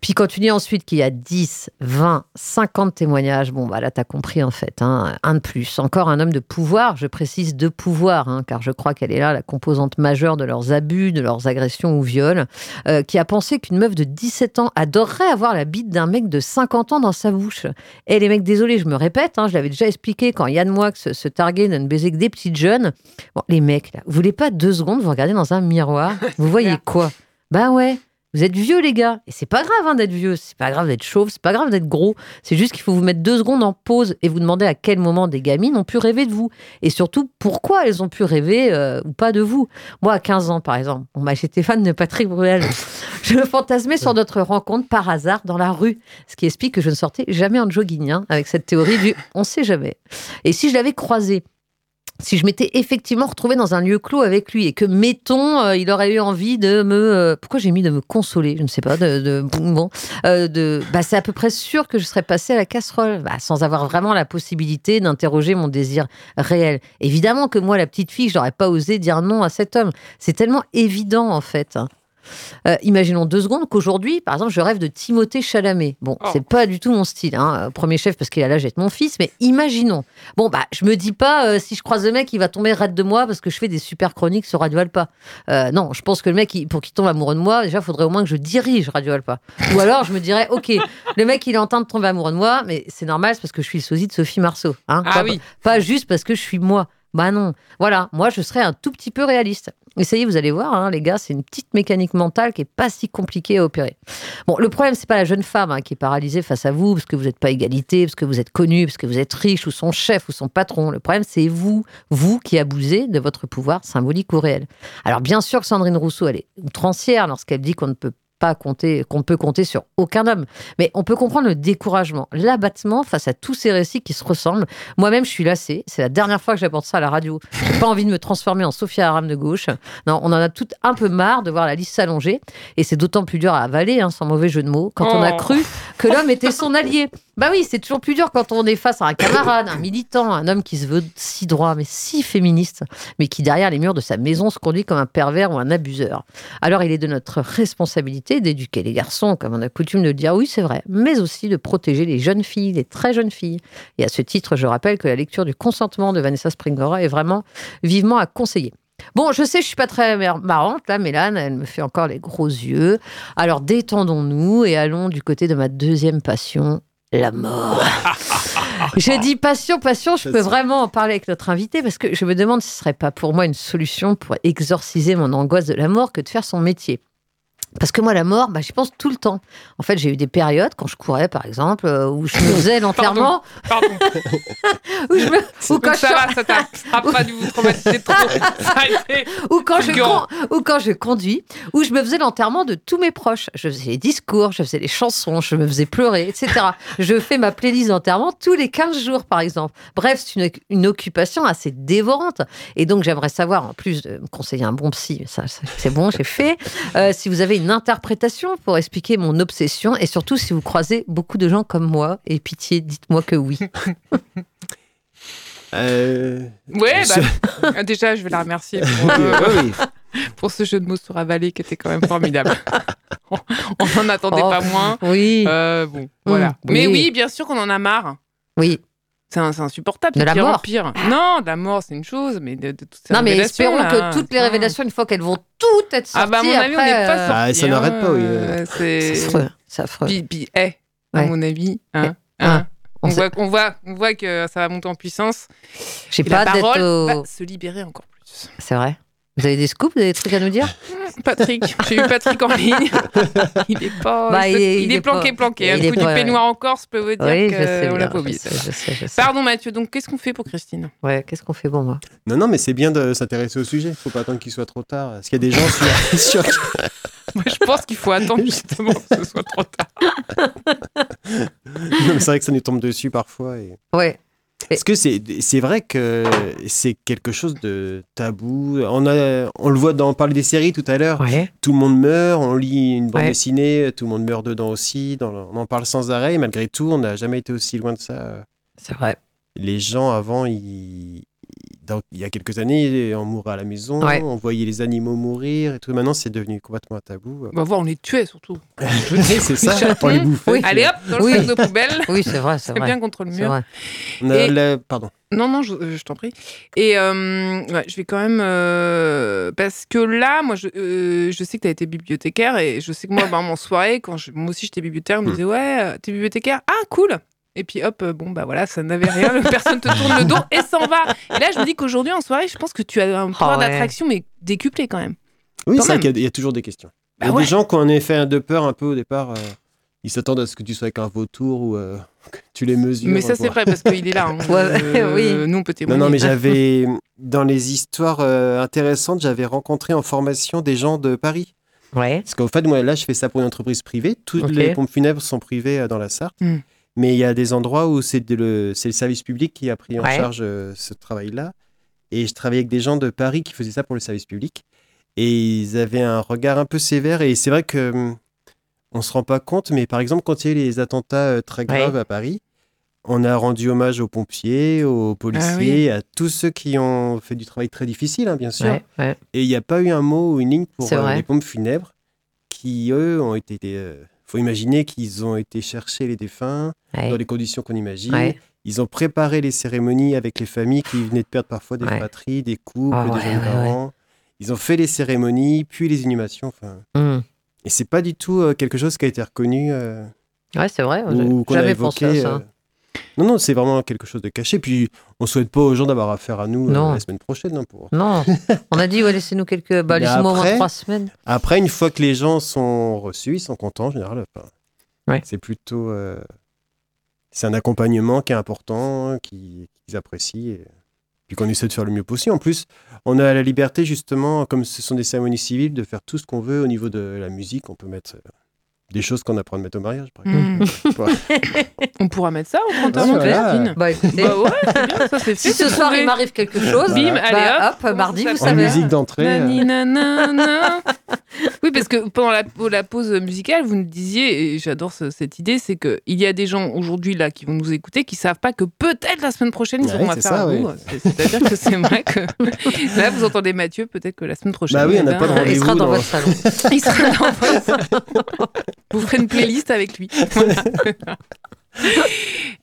Puis quand tu dis ensuite qu'il y a 10, 20, 50 témoignages, bon, bah là, t'as compris en fait. hein. un de plus. Encore un homme de pouvoir, je précise de pouvoir, hein, car je crois qu'elle est là la composante majeure de leurs abus, de leurs agressions ou viols, euh, qui a pensé qu'une meuf de 17 ans adorerait avoir la bite d'un mec de 50 ans dans sa bouche. Et les mecs, désolé, je me répète, hein, je l'avais déjà expliqué quand Yann Moix se, se targuait de ne baiser que des petites jeunes. Bon, les mecs, là, vous voulez pas deux secondes vous regarder dans un miroir Vous voyez quoi Bah ouais vous êtes vieux, les gars. Et c'est pas grave hein, d'être vieux, c'est pas grave d'être chauve, c'est pas grave d'être gros. C'est juste qu'il faut vous mettre deux secondes en pause et vous demander à quel moment des gamines ont pu rêver de vous. Et surtout, pourquoi elles ont pu rêver euh, ou pas de vous. Moi, à 15 ans, par exemple, on m'a j'étais fan de Patrick Bruel. je fantasmais sur notre rencontre par hasard dans la rue, ce qui explique que je ne sortais jamais en jogging, hein, avec cette théorie du on sait jamais. Et si je l'avais croisé si je m'étais effectivement retrouvée dans un lieu clos avec lui et que, mettons, euh, il aurait eu envie de me... euh, pourquoi j'ai mis de me consoler Je ne sais pas. De, de- bon, euh, de, bah, c'est à peu près sûr que je serais passée à la casserole, bah, sans avoir vraiment la possibilité d'interroger mon désir réel. Évidemment que moi, la petite fille, je n'aurais pas osé dire non à cet homme. C'est tellement évident, en fait. Euh, imaginons deux secondes qu'aujourd'hui, par exemple, je rêve de Timothée Chalamet. Bon, Oh. c'est pas du tout mon style, hein. Euh, premier chef parce qu'il a l'âge d'être mon fils, mais imaginons. Bon, bah, je me dis pas, euh, si je croise le mec, il va tomber raide de moi parce que je fais des super chroniques sur Radio Alpa. Euh, non, je pense que le mec, il- pour qu'il tombe amoureux de moi, déjà, faudrait au moins que je dirige Radio Alpa. Ou alors, je me dirais, ok, le mec, il est en train de tomber amoureux de moi, mais c'est normal, c'est parce que je suis le sosie de Sophie Marceau. hein. Ah Pas- oui. pas juste parce que je suis moi. Bah non. Voilà, moi je serais un tout petit peu réaliste. Essayez, vous allez voir, hein, les gars, c'est une petite mécanique mentale qui est pas si compliquée à opérer. Bon, le problème, c'est pas la jeune femme hein, qui est paralysée face à vous, parce que vous n'êtes pas égalité, parce que vous êtes connu, parce que vous êtes riche, ou son chef, ou son patron. Le problème, c'est vous, vous qui abusez de votre pouvoir symbolique ou réel. Alors, bien sûr que Sandrine Rousseau, elle est outrancière lorsqu'elle dit qu'on ne peut pas compter, qu'on peut compter sur aucun homme. Mais on peut comprendre le découragement, l'abattement face à tous ces récits qui se ressemblent. Moi-même, je suis lassée. C'est la dernière fois que j'aborde ça à la radio. J'ai pas envie de me transformer en Sophia Aram de gauche. Non, on en a toutes un peu marre de voir la liste s'allonger. Et c'est d'autant plus dur à avaler, hein, sans mauvais jeu de mots, quand on a Oh. cru que l'homme était son allié. Bah oui, c'est toujours plus dur quand on est face à un camarade, un militant, un homme qui se veut si droit, mais si féministe, mais qui derrière les murs de sa maison se conduit comme un pervers ou un abuseur. Alors il est de notre responsabilité d'éduquer les garçons, comme on a coutume de le dire, oui c'est vrai, mais aussi de protéger les jeunes filles, les très jeunes filles. Et à ce titre, je rappelle que la lecture du consentement de Vanessa Springora est vraiment vivement à conseiller. Bon, je sais, je suis pas très mar- marrante là, Mélane, elle me fait encore les gros yeux. Alors détendons-nous et allons du côté de ma deuxième passion, la mort. J'ai dit passion, passion, je peux vraiment en parler avec notre invité parce que je me demande si ce serait pas pour moi une solution pour exorciser mon angoisse de la mort que de faire son métier. Parce que moi, la mort, bah, j'y pense tout le temps. En fait, j'ai eu des périodes, quand je courais par exemple, euh, où je me faisais l'enterrement, Pardon. où je me- ou quand Donc je ça va, ça t'a- ça a pas dû vous traumatiser trop. Ça a été- ou quand je Fulgurant. con- ou quand je conduis, où je me faisais l'enterrement de tous mes proches. Je faisais les discours, je faisais les chansons, je me faisais pleurer, etc. je fais ma playlist d'enterrement tous les 15 jours, par exemple. Bref, c'est une, une occupation assez dévorante. Et donc, j'aimerais savoir, en plus de me conseiller un bon psy, ça, ça, c'est bon, j'ai fait, euh, si vous avez une interprétation pour expliquer mon obsession et surtout si vous croisez beaucoup de gens comme moi. Et pitié, dites-moi que oui. Euh, Ouais, Ce- bah, déjà, je vais la remercier pour, euh, ouais, oui. pour ce jeu de mots sur Avalé qui était quand même formidable. On n'en attendait Oh, pas moins. Oui, Euh, bon, voilà. oui. Mais oui, bien sûr qu'on en a marre. oui. C'est un- c'est insupportable. De c'est la pire en mort. Ah. Pire. Non, de la mort, c'est une chose, mais de, de toutes ces Non, mais révélations, espérons là, que toutes les putain. révélations, une fois qu'elles vont toutes être sorties, Ah, bah, à mon avis, on après, n'est pas euh, sortis. Ah, et ça n'arrête pas, oui. euh, C'est C'est affreux, c'est affreux. Puis, puis, eh, à Ouais. mon avis, hein, Eh, hein, on on, sait- voit, qu'on voit, on voit que ça va monter en puissance. J'ai Et la pas d'être parole bah, au- va se libérer encore plus. C'est vrai. Vous avez des scoops, vous avez des trucs à nous dire Patrick, j'ai eu Patrick en ligne. Il est pas. Bah, il, il est- est, il est planqué, pas- planqué. il Un est coup du pas- peignoir en Corse peut vous dire Oui, je sais. qu'on l'a bien, pas je oublié. sais, je sais, je sais. Pardon Mathieu, donc qu'est-ce qu'on fait pour Christine Ouais, qu'est-ce qu'on fait pour moi Non, non, mais c'est bien de s'intéresser au sujet. Faut pas attendre qu'il soit trop tard. Parce qu'il y a des gens sur, sur Moi je pense qu'il faut attendre justement que ce soit trop tard. Non, mais c'est vrai que ça nous tombe dessus parfois. Et... Ouais. Parce que c'est c'est vrai que c'est quelque chose de tabou. On, a, on le voit dans on parlait des séries tout à l'heure. Ouais. Tout le monde meurt, on lit une bande Ouais. dessinée, tout le monde meurt dedans aussi. dans le- on en parle sans arrêt. Et malgré tout, on n'a jamais été aussi loin de ça. C'est vrai. Les gens avant, ils- dans- il y a quelques années, on mourait à la maison, Ouais. on voyait les animaux mourir et tout. Maintenant, c'est devenu complètement un tabou. On va voir, on les tuait surtout. c'est ça, on les bouffait. Oui. Allez hop, dans le Oui. sac de poubelle. Oui, c'est vrai, c'est C'est vrai. bien contre le C'est mur. vrai. On a Et- la- Pardon. Non, non, je, euh, je t'en prie. Et euh, ouais, je vais quand même. euh, parce que là, moi, je, euh, je sais que tu as été bibliothécaire et je sais que moi, bah, en soirée, quand je- moi aussi j'étais bibliothécaire, on me Hmm. disait Ouais, euh, t'es bibliothécaire Ah, cool Et puis hop, euh, bon, bah voilà, ça n'avait rien, personne te tourne le dos et s'en va. Et là, je me dis qu'aujourd'hui, en soirée, je pense que tu as un pouvoir Ah ouais. d'attraction, mais décuplé quand même. Oui, Quand c'est vrai même. qu'il y a- il y, a toujours des questions. Bah il y a ouais. des gens qui ont un effet de peur un peu au départ. euh, ils s'attendent à ce que tu sois avec un vautour ou euh, que tu les mesures. mais ça, pour- c'est vrai, parce qu'il est là. hein. Ouais, Euh, oui. Nous, on peut Non, témoigner. Ah, non, mais j'avais, dans les histoires euh, intéressantes, j'avais rencontré en formation des gens de Paris. Ouais. Parce qu'en fait, moi, là, je fais ça pour une entreprise privée. Toutes Ok. les pompes funèbres sont privées euh, dans la Sarthe. Hmm. Mais il y a des endroits où c'est de le, c'est le service public qui a pris en Ouais. charge euh, ce travail-là. Et je travaillais avec des gens de Paris qui faisaient ça pour le service public. Et ils avaient un regard un peu sévère. Et c'est vrai que hum, on se rend pas compte, mais par exemple, quand il y a eu les attentats euh, très Ouais. graves à Paris, on a rendu hommage aux pompiers, Ah aux policiers, à tous ceux qui ont fait du travail très difficile, hein, bien sûr. Ouais, ouais. Et il n'y a pas eu un mot ou une ligne pour C'est euh, vrai. les pompes funèbres qui, eux, ont été. euh, faut imaginer qu'ils ont été chercher les défunts dans Ouais. les conditions qu'on imagine. Ouais. Ils ont préparé les cérémonies avec les familles qui venaient de perdre parfois des Ouais. patries, des couples, Ah des ouais, jeunes ouais, ouais. parents. Ils ont fait les cérémonies, puis les inhumations. Enfin, Hmm. et c'est pas du tout euh, quelque chose qui a été reconnu euh, Ouais, c'est vrai. ou qu'on a J'avais évoqué. Ah, pensé à ça. euh, Non, non, c'est vraiment quelque chose de caché. Puis on souhaite pas aux gens d'avoir affaire à nous euh, Non. la semaine prochaine non, pour Non, on a dit, ouais, laissez-nous quelques. Bah, Mais laissez-moi au moins après- trois semaines. Après, une fois que les gens sont reçus, ils sont contents en général. Enfin, Ouais. C'est plutôt. euh, c'est un accompagnement qui est important, qui- qu'ils apprécient. Et... Puis qu'on essaie de faire le mieux possible. En plus, on a la liberté, justement, comme ce sont des cérémonies civiles, de faire tout ce qu'on veut au niveau de la musique. On peut mettre euh, des choses qu'on apprend à mettre au mariage, par exemple. Hmm. Ouais. On pourra mettre ça au 31 Ah, de voilà. Christine. Bah, écoutez, Bah ouais, c'est bien, ça c'est fait. si ce c'est soir trouvé. il m'arrive quelque chose, Bim, Voilà. allez bah, hop. hop, mardi, vous ça En va. savez. musique d'entrée. euh, Nani, nanana. Oui, parce que pendant la, oh, la pause musicale, vous nous disiez, et j'adore ce- cette idée, c'est que il y a des gens aujourd'hui là qui vont nous écouter qui savent pas que peut-être la semaine prochaine ils Ouais, auront c'est affaire ça, à ouais. nous. C'est- C'est-à-dire que c'est vrai que là vous entendez Mathieu, peut-être que la semaine prochaine. Bah oui, eh on n'a ben, pas de Il sera rendez-vous dans dans- votre salon. il sera dans votre- Vous ferez une playlist avec lui. Voilà.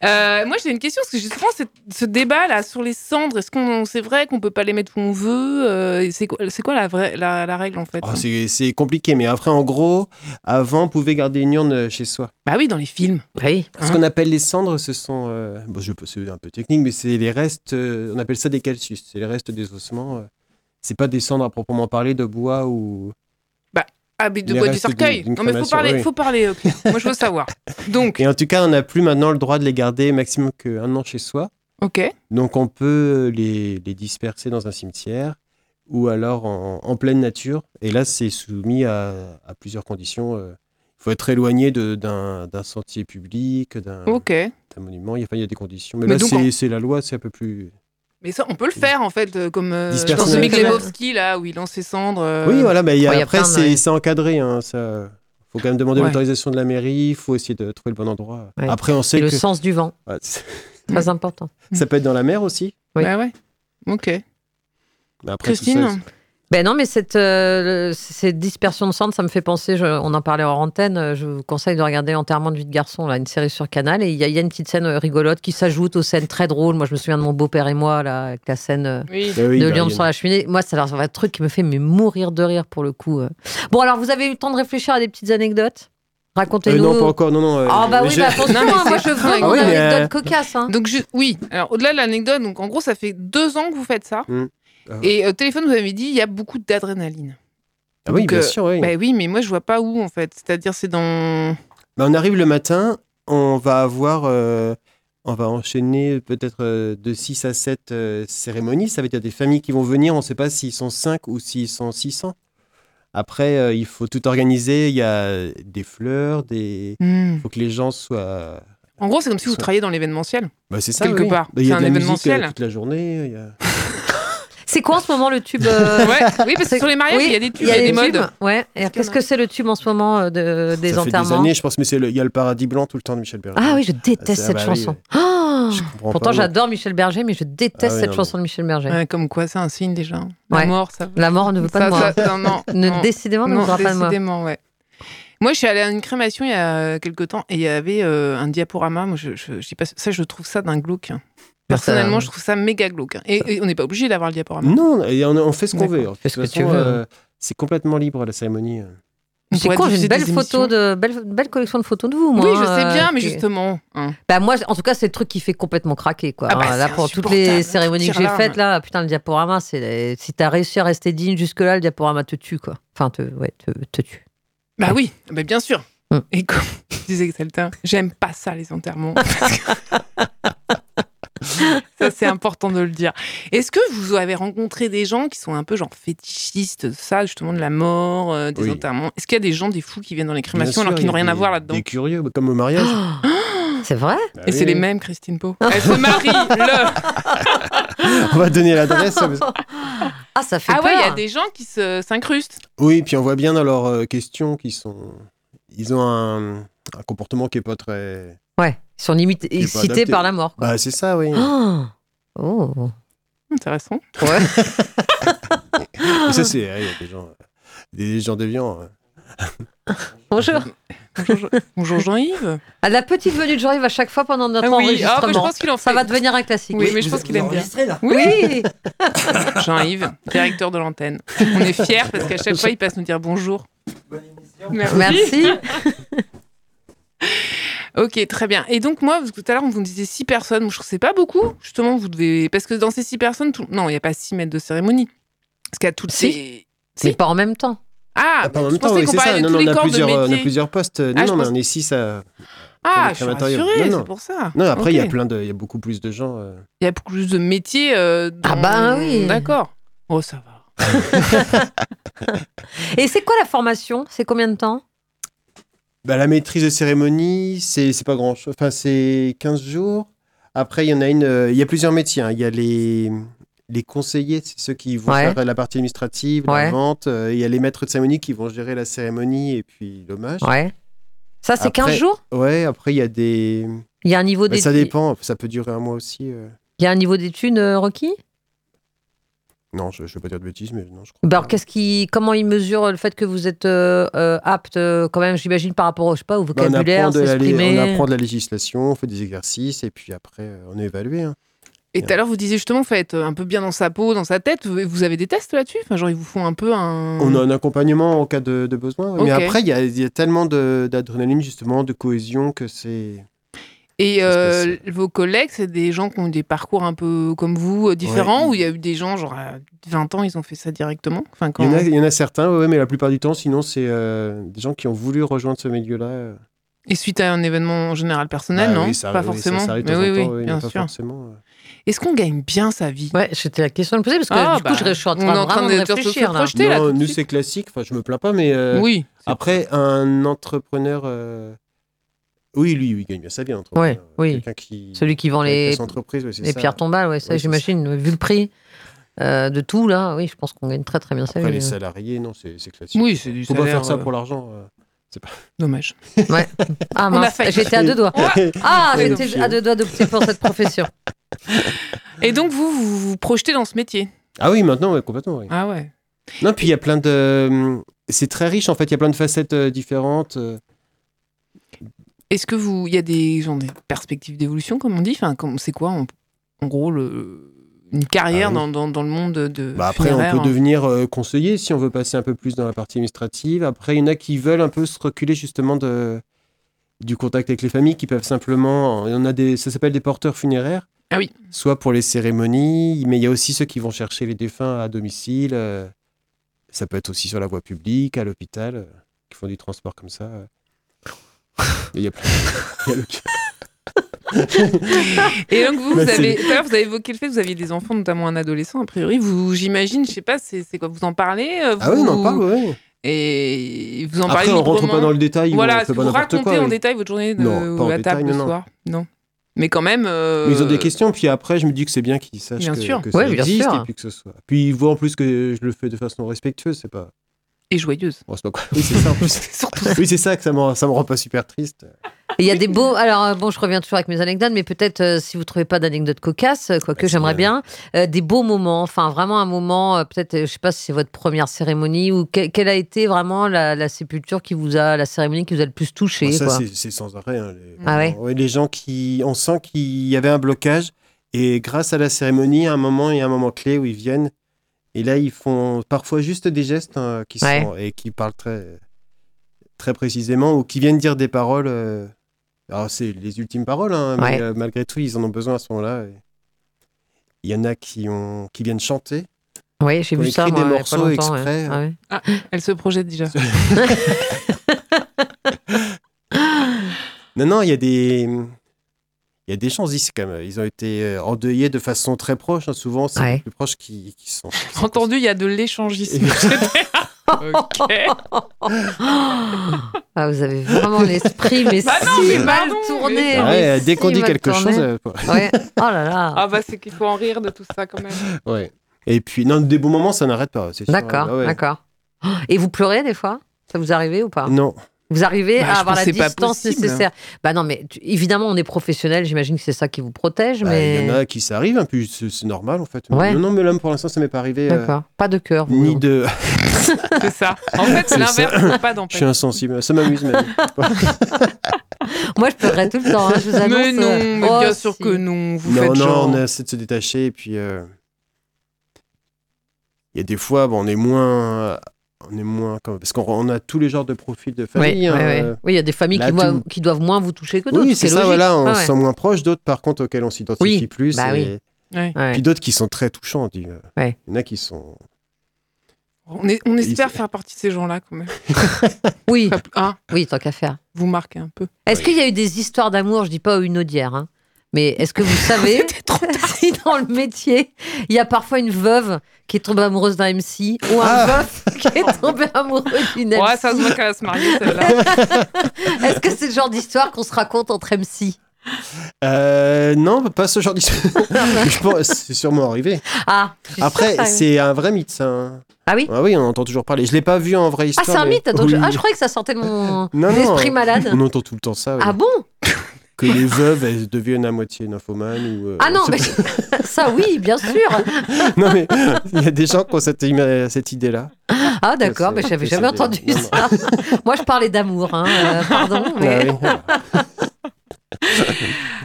Euh, moi, j'ai une question parce que j'ai souvent cette- ce débat là sur les cendres. Est-ce qu'on c'est vrai qu'on peut pas les mettre où on veut Euh, et C'est quoi, c'est quoi la vraie la, la règle en fait oh, c'est c'est compliqué, mais après, en gros, avant, on pouvait garder une urne euh, chez soi. Bah oui, dans les films. Oui, Ce Hein qu'on appelle les cendres, ce sont. euh, bon, je peux- c'est un peu technique, mais c'est les restes. euh, on appelle ça des calcius. C'est les restes des ossements. euh. c'est pas des cendres à proprement parler de bois ou. Ah, mais de Les quoi du restes cercueil d'une- d'une Non, mais faut crémation, parler, oui. faut parler. euh, Pierre. Moi, je veux savoir. Donc, Et en tout cas, on n'a plus maintenant le droit de les garder maximum qu'un an chez soi. ok. Donc, on peut euh, les, les disperser dans un cimetière ou alors en, en pleine nature. Et là, c'est soumis à, à plusieurs conditions. euh. Il faut être éloigné de- d'un d'un sentier public, d'un Ok. d'un monument. Il y a- enfin, il y a des conditions. Mais, Mais là, donc, c'est en- c'est la loi, c'est un peu plus. Mais ça, on peut le faire en fait, euh, comme euh, Disperser dans celui les de cendres. Lebowski là où il lance ses cendres. euh, Oui, voilà, mais il y a- il y a après, plein de- c'est c'est encadré. Hein, ça. faut quand même demander Ouais. l'autorisation de la mairie, il faut essayer de trouver le bon endroit. Ouais. Après, on c'est Mm. sait le que sens du vent, Ah, c'est- très important. ça peut être dans la mer aussi. oui. Bah Ouais, ouais. Ok. Mais après, tout ça, Christine. c'est- Ben non, mais cette, euh, le- cette dispersion de cendres, ça me fait penser, je- on en parlait en antenne, euh, je vous conseille de regarder Enterrement de vie de garçon, là, une série sur Canal, et il y, a- il y a une petite scène euh, rigolote qui s'ajoute aux scènes très drôles. Moi, je me souviens de mon beau-père et moi, là, avec la scène euh, Oui. Eh oui, de Lyon bah, il y en sur a- la cheminée. Moi, c'est un vrai truc qui me fait mais mourir de rire pour le coup. euh. Bon, alors, vous avez eu le temps de réfléchir à des petites anecdotes Euh, Racontez-nous. non, pas encore. Non, non. euh, Ah bah mais oui, j'ai- bah attention, Non, mais hein, moi je c'est- veux une Ah oui, mais, anecdote euh, cocasse. hein. Donc, ju- oui. Alors, au-delà de l'anecdote, donc en gros, ça fait deux ans que vous faites ça. Mm. Ah. Et au téléphone, vous avez dit, il y a beaucoup d'adrénaline. Ah oui, Donc, bien euh, sûr, oui. Bah oui, mais moi, je vois pas où, en fait. C'est-à-dire, c'est dans. Bah, on arrive le matin, on va avoir, euh, on va enchaîner peut-être euh, de 6 à 7 euh, cérémonies. Ça veut dire des familles qui vont venir, on ne sait pas s'ils sont 5 ou s'ils sont 600. Après, euh, il faut tout organiser. Il y a des fleurs, des. Hmm. Il faut que les gens soient. En gros, c'est comme si vous travailliez dans l'événementiel. Bah, c'est ça. Quelque oui. part. Bah, Il y a C'est de un la musique euh, événementiel. toute la journée. il y a- C'est quoi en ce moment le tube euh, Ouais, oui, parce que sur les mariages, il y a des tubes, il y a des, modes. tubes, Ouais. Et alors, Qu'est-ce que c'est le tube en ce moment euh, de, des ça fait enterrements des années, je pense, mais c'est le- il y a le paradis blanc tout le temps de Michel Berger. Ah oui, je Ah, déteste ça, cette bah oui, chanson. ouais. Oh Je comprends Pourtant, pas, moi. j'adore Michel Berger, mais je déteste Ah oui, cette non, chanson de Michel Berger. Ouais, comme quoi, c'est un signe déjà. Ouais. La mort, ça. La mort ne veut pas ça, de moi. ça, non, non, ne, non. Décidément, ne Non, voudra pas de moi. décidément, ouais. Moi, je suis allée à une crémation il y a quelque temps et il y avait euh, un diaporama. Moi, je, je, je dis pas ça, je trouve ça d'un glauque. hein. Personnellement, je euh, trouve ça méga glauque. hein. Et, et on n'est pas obligé d'avoir le diaporama. Non, et on, on fait ce qu'on D'accord. veut. De Fais ce toute que tu façon, veux. euh, c'est complètement libre la cérémonie. On C'est pourrait con, j'ai diffuser une belle des photo émissions. de belle, belle collection de photos de vous, moi. oui, je sais hein, bien, mais qui- justement. hein. Bah moi, en tout cas, c'est le truc qui fait complètement craquer, quoi. Ah bah, Hein, là, c'est pour toutes insupportable, les un cérémonies truc que j'ai qui faites, là, putain, le diaporama, c'est si t'as réussi à rester digne jusque là, le diaporama te tue, quoi. Enfin, te, ouais, te, te tue. Bah oui, bah bien sûr. Hmm. Et comme disait Exaltin, j'aime pas ça, les enterrements. Parce que- ça, c'est important de le dire. Est-ce que vous avez rencontré des gens qui sont un peu genre fétichistes, de ça, justement, de la mort, euh, des Oui. enterrements Est-ce qu'il y a des gens, des fous qui viennent dans les Bien crémations sûr, alors qu'ils il y n'ont a rien à des- voir là-dedans Des curieux, bah, comme au mariage. C'est vrai Bah Et oui, c'est les oui. mêmes, Christine Pau. Ah, Elle se marie, le On va donner l'adresse. Ah, ça fait Ah ouais, il y a peur. des gens qui se- s'incrustent. oui, puis on voit bien dans leurs euh, questions qu'ils sont. Ils ont un, un comportement qui est pas très. Ouais, ils sont limités, pas excités adapté. par la mort. Quoi. Bah, c'est ça, oui. Oh. Oh. Intéressant. Et ça, c'est. ouais, Il y a des gens. Des gens déviants. hein. Bonjour. Bonjour, Jean- Bonjour Jean-Yves. À la petite venue de Jean-Yves à chaque fois pendant notre Ah oui, ah, bah, je enregistrement. pense qu'il en fait. Ça va devenir un classique. Oui, mais je pense qu'il aime bien. Enregistré là. Oui. Jean-Yves, directeur de l'antenne. On est fiers parce qu'à chaque fois, il passe nous dire bonjour. Bonne émission. Merci. Merci. Ok, très bien. Et donc, moi, parce que tout à l'heure, vous me disiez 6 personnes. Moi, je trouve que c'est pas beaucoup. Justement, vous devez. Parce que dans ces 6 personnes, tout... non, il n'y a pas 6 mètres de cérémonie. Parce qu'à toutes Si. ces. C'est pas en même temps. Ah, Pas Bah, en je même temps, pensais oui, qu'on c'est parlait ça. de Non, tous non, on les a, corps de plusieurs, euh, on a métier. plusieurs postes. Non, Ah, je non, mais pense- on est six à. Ah, les je suis crématoriums. rassurée, Non, non. c'est pour ça. Non, après, Ok. il y a plein de. Il y a beaucoup plus de gens. euh. Il y a beaucoup plus de métiers. euh, Ah dans- bah oui. D'accord. Oh, ça va. Et c'est quoi la formation C'est combien de temps Bah, la maîtrise de cérémonie, c'est c'est pas grand chose. Enfin, c'est 15 jours. Après, il y en a une. euh, Il y a plusieurs métiers. hein. Il y a les, les conseillers, c'est ceux qui vont Ouais. faire la partie administrative, Ouais. la vente. Euh, Il y a les maîtres de cérémonie qui vont gérer la cérémonie et puis l'hommage. Ouais. Ça, c'est Après- 15 jours Ouais. après, il y a des. Il y a un niveau Bah, ça d'études- dépend. Ça peut durer un mois aussi. euh. Il y a un niveau d'études euh, requis Non, je ne veux pas dire de bêtises, mais non, je crois. Bah, pas. alors, qu'est-ce qui, comment ils mesurent le fait que vous êtes euh, euh, apte, euh, quand même, j'imagine, par rapport au, je sais pas, au Bah, on, vocabulaire, apprend de la, s'exprimer on apprend de la législation, on fait des exercices et puis après, euh, on est évalué. hein. Et tout à l'heure, vous disiez justement, il faut être un peu bien dans sa peau, dans sa tête. Vous- Vous avez des tests là-dessus Enfin, genre, ils vous font un peu un. On a un accompagnement en cas de, de besoin. Mais Mmh. Ok. après, il y a, il y a tellement de- d'adrénaline, justement, de cohésion que c'est. Et Ça se euh, vos collègues, c'est des gens qui ont des parcours un peu comme vous, euh, différents, Ouais. ou il y a eu des gens, genre, à 20 ans, ils ont fait ça directement enfin, quand... Il y, en a, il y en a certains, ouais, mais la plupart du temps, sinon, c'est euh, des gens qui ont voulu rejoindre ce milieu-là. euh. Et suite à un événement en général personnel, Bah non oui, ça- Pas oui, ça- forcément. Ça, arrive de mais temps oui, en oui, temps, ouais, mais bien pas sûr. forcément, euh. Est-ce qu'on gagne bien sa vie Ouais, c'était la question de me poser, parce que Ah, du coup, bah, je, je suis en on est train, en train vraiment de- de de se réfléchir. là. reprocher. Jetez, là, tout Non, de nous, suite. c'est classique. Enfin, je me plains pas, mais euh, Oui. après, un entrepreneur. euh, Oui, lui, oui, il gagne bien sa vie, un entrepreneur. Ouais, oui. Quelqu'un qui. Celui qui vend qui a les, son entreprise, ouais, c'est les ça. pierres tombales, ouais, ça, Ouais, c'est j'imagine, vu le prix euh, de tout, là, oui, je pense qu'on gagne très très bien sa Après, les vie. salariés, non, c'est c'est classique. Oui, c'est du Faut pas salaire, faire ça euh, pour l'argent. euh. Dommage. Ah, On a mince, failli. j'étais à deux doigts. Ah, Ouais, j'étais donc, euh, à deux doigts d'opter pour cette profession. Et donc, vous, vous vous projetez dans ce métier Ah oui, maintenant, ouais, complètement. oui. Ah ouais. Non, puis il y a plein de. hum, C'est très riche en fait, il y a plein de facettes euh, différentes. euh. Est-ce que vous, il y a des, genre, des perspectives d'évolution, comme on dit Enfin, comme- c'est quoi, en, en gros, le, une carrière Ah oui. dans, dans, dans le monde de Bah, après, on funéraire, peut hein. devenir euh, conseiller si on veut passer un peu plus dans la partie administrative. Après, il y en a qui veulent un peu se reculer justement de... du contact avec les familles, qui peuvent simplement. Il y en a des. Ça s'appelle des porteurs funéraires. Ah oui. Soit pour les cérémonies, mais il y a aussi ceux qui vont chercher les défunts à domicile. euh, Ça peut être aussi sur la voie publique, à l'hôpital, euh, qui font du transport comme ça. euh. Il y a plein- il y a le- Et donc vous, vous Bah, c'est- avez, tout à l'heure, vous avez évoqué le fait que vous aviez des enfants, notamment un adolescent. A priori, vous, j'imagine, je sais pas, c'est c'est quoi, vous en parlez euh, Ah oui, on en vous- parle, ouais. Et vous en Après, parlez on rentre pas librement. dans le détail. Voilà, on fait est-ce que pas vous n'importe racontez quoi. en mais- détail votre journée de, Non, pas en à détail, table le non, non. soir Non. Mais quand même. euh, Mais Ils ont des questions, puis après, je me dis que c'est bien qu'ils sachent Bien que, sûr. que ça Ouais, bien existe, sûr. et puis que ce soit. Puis ils voient en plus que je le fais de façon respectueuse, c'est pas. Et joyeuse. Bon, c'est pas quoi. Oui, c'est ça en plus. Surtout. oui, c'est ça que ça me rend, ça me rend pas super triste. Et Il y a des beaux. Alors, euh, bon, je reviens toujours avec mes anecdotes, mais peut-être euh, si vous trouvez pas d'anecdotes cocasses, euh, quoique Bah, si, j'aimerais euh, bien, euh, des beaux moments. Enfin, vraiment un moment, euh, peut-être, euh, je sais pas si c'est votre première cérémonie ou que- quelle a été vraiment la, la sépulture qui vous a. la cérémonie qui vous a le plus touché, Bon, ça, quoi. c'est c'est sans arrêt. hein, les... Ah ouais. Ouais, les gens qui. On sent qu'il y avait un blocage, et grâce à la cérémonie, à un moment, il y a un moment clé où ils viennent, et là, ils font parfois juste des gestes hein, qui Ouais. sont. et qui parlent très, très précisément, ou qui viennent dire des paroles. euh, Alors, c'est les ultimes paroles, hein, Ouais. mais euh, malgré tout, ils en ont besoin à ce moment-là. et Il y en a qui, ont... qui viennent chanter. Oui, j'ai On vu ça. écrit Moi, des il y a pas morceaux longtemps, ouais. exprès. hein. Ah ouais. Elle se projette déjà. Non, non, il y a des. Il y a des gens ici quand même. Ils ont été euh, endeuillés de façon très proche. hein. Souvent, c'est Ouais. les plus proches qui, qui sont. qui sont- Entendu, il y a de l'échangisme. ok. Ah, vous avez vraiment l'esprit, mais Bah non, si mais mal pardon, tourné. mais- Ah mais ouais, si dès qu'on dit mal quelque tourné. chose. euh, faut- Ouais. Oh là là. Ah bah c'est qu'il faut en rire de tout ça quand même. ouais. Et puis, non, des bons moments, ça n'arrête pas. bah c'est sûr. D'accord, Ah ouais. d'accord. Et vous pleurez des fois Ça vous arrive ou pas Non. Vous arrivez Bah, à je avoir pense la que c'est pas distance possible. nécessaire. Bah non, mais tu- évidemment, on est professionnel. J'imagine que c'est ça qui vous protège, Bah, Il mais y en a qui ça arrive, hein, puis c'est c'est normal en fait. Ouais. Non, non, mais là, pour l'instant, ça m'est pas arrivé. euh, d'accord. Pas de cœur. vous, Ni non. de. C'est ça. En fait, c'est C'est l'inverse. ça. il faut Pas Je suis d'empathie. insensible. Ça m'amuse même. Moi, je pleurerais tout le temps. hein, je vous annonce. Mais non, euh, mais oh, bien sûr si. que non. Vous non, faites non, genre. on essaie de se détacher. Et puis, euh, il y a des fois, bon, on est moins. On est moins. comme- Parce qu'on on a tous les genres de profils de Oui, famille. oui, hein, oui. euh, Oui, il y a des familles là, qui, voient- tout- qui doivent moins vous toucher que d'autres. Oui, c'est ça, logique. voilà. On Ah se ouais. sent moins proche d'autres, par contre, auxquels on s'identifie Oui, plus. bah et- oui. Ouais. Ouais. Puis d'autres qui sont très touchants. on dit, euh, Ouais. Il y en a qui sont. On, est- on espère Il- faire partie de ces gens-là quand même. Oui, Hein, oui, tant qu'à faire. vous marquez un peu. Est-ce qu'il y a eu des histoires d'amour Je dis pas une audière, hein, mais est-ce que vous savez si dans le métier, il y a parfois une veuve qui est tombée amoureuse d'un MC ou un Ah. veuf qui est tombé amoureux d'une MC Ouais, ça se voit qu'elle va se marier celle-là. Est-ce que c'est le genre d'histoire qu'on se raconte entre MC Euh, non, pas ce genre d'histoire. Je pense- c'est sûrement arrivé. Ah, je suis sûre que Après, ça- c'est un vrai mythe, ça. hein. Ah oui Ah oui, on entend toujours parler. Je l'ai pas vu en vraie Ah, histoire. c'est un mais- mythe donc je... Oui. Ah, je croyais que ça sortait de mon Non, non. esprit malade. On entend tout le temps ça. oui. Ah bon que les veuves elles deviennent à moitié nymphomanes ou euh, Ah non, c'est mais ça oui, bien sûr. pas- non mais il y a des gens qui ont cette, ima- cette idée là Ah d'accord, c'est- mais j'avais c'est jamais bien. entendu Non, Ah non. ça. Moi, je parlais d'amour, hein. euh, pardon. Mais...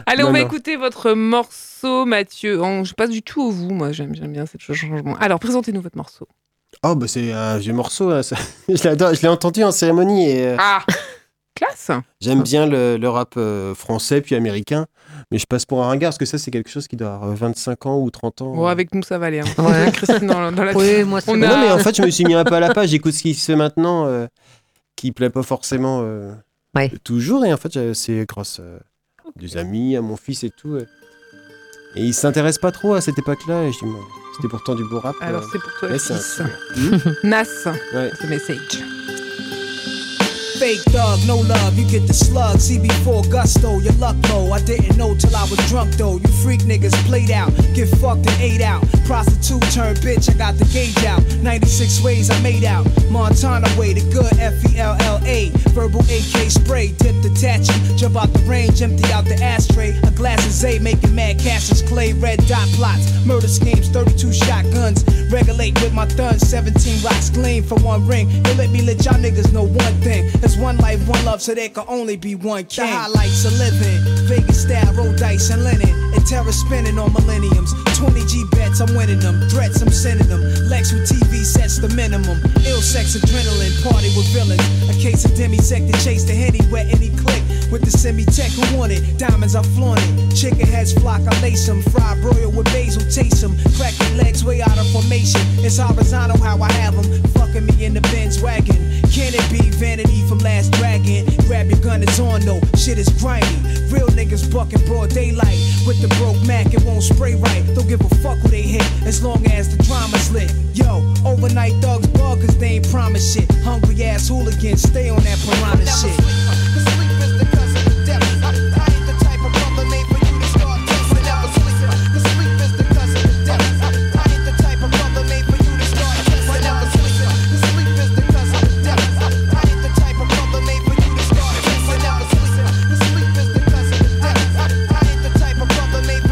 Allez, on Non, va non. écouter votre morceau, Mathieu. On- je passe du tout au vous, moi j'aime j'aime bien cette chose changement. Alors, présentez-nous votre morceau. oh bah c'est un vieux morceau hein, ça. je l'adore je l'ai entendu en cérémonie et euh, Ah Classe j'aime bien le, le rap euh, français puis américain mais je passe pour un ringard parce que ça c'est quelque chose qui doit avoir euh, 25 ans ou 30 ans Bon, avec nous, ça va aller. hein. Ouais. Christine, dans, dans la Oui, moi, c'est On bon. a- non mais en fait je me suis mis un peu à la page j'écoute ce qui se fait maintenant euh, qui plaît pas forcément euh, Ouais. toujours et en fait j'ai- c'est grâce euh, à des amis à mon fils et tout euh. et il s'intéresse pas trop à cette époque là et je dis moi, c'était pourtant du beau rap Alors, euh. c'est pour toi, Ouais, le c'est un fils. truc. Nas, Ouais. The Message. Fake thug, no love, you get the slug. CB4 gusto, your luck low. I didn't know till I was drunk though. You freak niggas played out, get fucked and ate out. Prostitute turned bitch, I got the gauge out. 96 ways I made out. Montana way, the good F E L L A. Verbal AK spray, dip detaching. Jump out the range, empty out the ashtray. A glass of Zay, making mad caches, clay, red dot plots. Murder schemes, 32 shotguns. Regulate with my thun, 17 rocks gleam for one ring. They let me let y'all niggas know one thing. It's one life, one love, so there can only be one king. The highlights of living, Vegas style, roll dice and linen. and terror spinning on millenniums. 20 G bets, I'm winning them. Threats, I'm sending them. Lex with TV sets the minimum. Ill sex, adrenaline, party with villains. A case of demisec to chase the henny where any click. With the semi tech who want it. Diamonds, I flaunt it. Chicken heads flock, I lace them. Fried broil with basil, taste them. Cracking legs way out of formation. It's horizontal how I have them. Fucking me in the Benz wagon. Can it be vanity from Last Dragon? Grab your gun, it's on though. Shit is grimy. Real niggas bucking broad daylight. With the broke Mac, it won't spray right. Don't give a fuck who they hit as long as the drama's lit. Yo, overnight thugs bug cause they ain't promise shit. Hungry ass hooligans, stay on that piranha shit.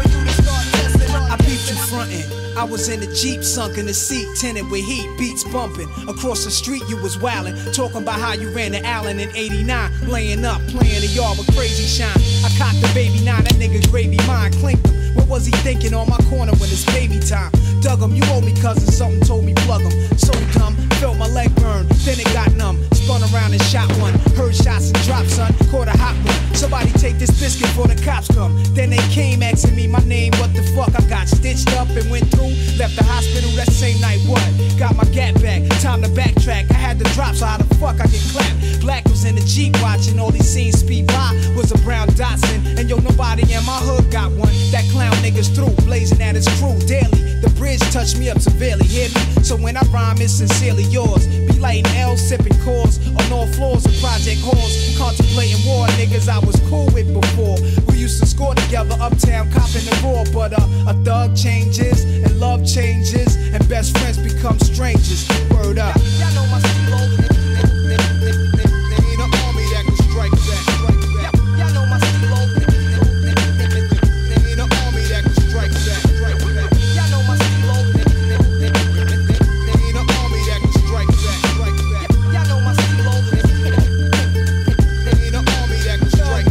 I peeped you frontin'. I was in the Jeep, sunk in the seat, tinted with heat, beats bumping. Across the street, you was wildin', talking about how you ran to Allen in 89, laying up, playing the yard with crazy shine. I cocked the baby nine, that nigga gravy mine, clinked him. What was he thinking on my corner when it's baby time? Dug him, you owe me cousin, something told me plug him. So dumb, felt my leg burn, then it got numb. Spun around and shot one, heard shots and dropped, son, caught a hot one. Somebody take this biscuit before the cops come. Then they came asking me my name, what the fuck? I got stitched up and went through. Left the hospital that same night, what? Got my gap back, time to backtrack. I had the drop, so how the fuck I get clapped? Black was in the Jeep watching, all he seen speed by was a brown Datsun. And yo, nobody in my hood got one. That clown niggas through, blazing at his crew daily. The bridge touched me up severely, hear me? So when I rhyme, it's sincerely yours. Be lighting L, sipping cores on all floors of project halls. Contemplating war, niggas I was cool with before. We used to score together uptown, copping the roar. But uh, a thug changes, and love changes, and best friends become strangers. Word up. Y'all know my stilo. There ain't an army that can strike that. Y'all know my stilo. There ain't an army that can strike that. Y'all know my stilo. There ain't an army that can strike that. Y'all know my stilo. There ain't an army that can strike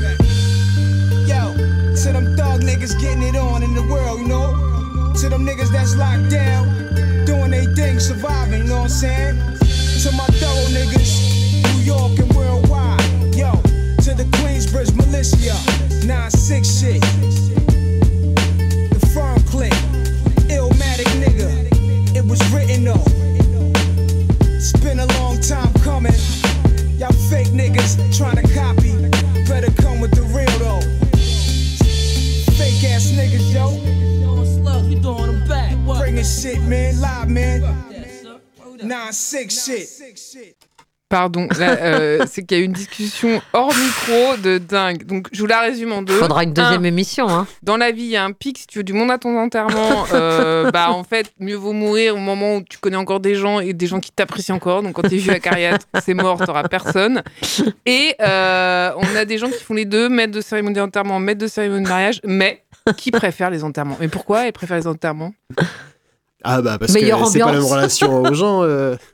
that. Yo, to them thug niggas getting it on in the world, you know? To them niggas that's locked down, doing they thing, surviving, you know what I'm saying? To my thorough niggas, New York and worldwide. Yo, to the Queensbridge militia, 9-6 shit. The firm click, illmatic nigga. It was written though. It's been a long time coming. Y'all fake niggas trying to copy. Better come with the real though. Fake ass niggas, yo. Bringing shit, man. Live, man. Nine six shit. Pardon, là, euh, c'est qu'il y a eu une discussion hors micro de dingue. Donc, je vous la résume en deux. Faudra une Un, deuxième émission. Hein. dans la vie, il y a un pic. Si tu veux du monde à ton enterrement, euh, bah en fait, mieux vaut mourir au moment où tu connais encore des gens et des gens qui t'apprécient encore. Donc quand t'es vieux à cariate, c'est mort, t'auras personne. Et euh, on a des gens qui font les deux, maître de cérémonie d'enterrement, maître de cérémonie de mariage, mais qui préfèrent les enterrements. Mais pourquoi ils préfèrent les enterrements Ah bah parce Meilleure que c'est pas la même ambiance. relation aux gens. euh.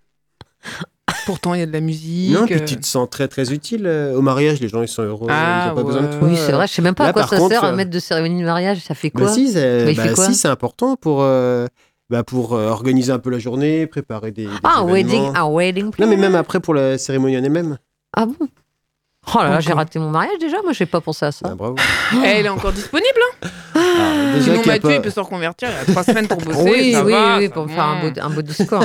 Pourtant, il y a de la musique. Non, puis euh, tu te sens très très utile euh, au mariage. Les gens ils sont heureux, Ah, ils ont pas ouais. besoin de toi. Oui, c'est vrai. Je sais même pas Euh, Là, à quoi par ça contre, sert un euh, maître de cérémonie de mariage. Ça fait Bah quoi si, c'est Mais il fait bah quoi si, c'est important pour euh, bah, pour euh, organiser un peu la journée, préparer des, des Ah, un événements. wedding, un wedding. Non, mais planner. même après pour la cérémonie en elle-même. Ah bon Oh là là, j'ai Encore. raté mon mariage déjà. Moi, j'ai pas pensé à ça. Ah, bravo. Elle est encore disponible. hein. Ah, déjà Sinon, qu'il y a Mathieu, pas- il peut se reconvertir. Il a trois semaines pour bosser. oui, ça oui, va, oui, ça pour me va. Mmh. faire un beau, un beau discours.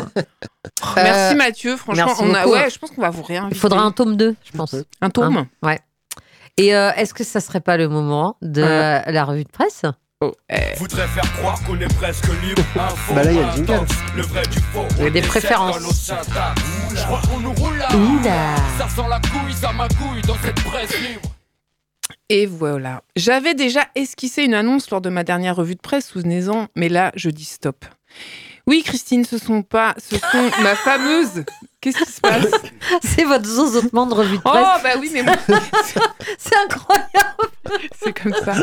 Merci Euh, Mathieu, franchement, merci on a, beaucoup. ouais, je pense qu'on va vous réinviter. Il faudra un tome 2, je pense. un tome. Et euh, est-ce que ça serait pas le moment de Ouais. la revue de presse Oh, eh, Voudrais faire croire qu'on est presque libre. Info, Bah là, il y a le jingle. intense, Le vrai du faux. Il y a des Les préférences. chefs dans nos syntaxes. Je crois qu'on nous roule là. Ça sent la couille, ça magouille dans cette presse libre. Et voilà. J'avais déjà esquissé une annonce lors de ma dernière revue de presse, souvenez-en, mais là, je dis stop. Oui, Christine, ce sont pas, ce sont ma fameuse Qu'est-ce qui se passe C'est votre zozotement de revue de Oh, presse. bah oui, mais moi, C'est incroyable. c'est comme ça.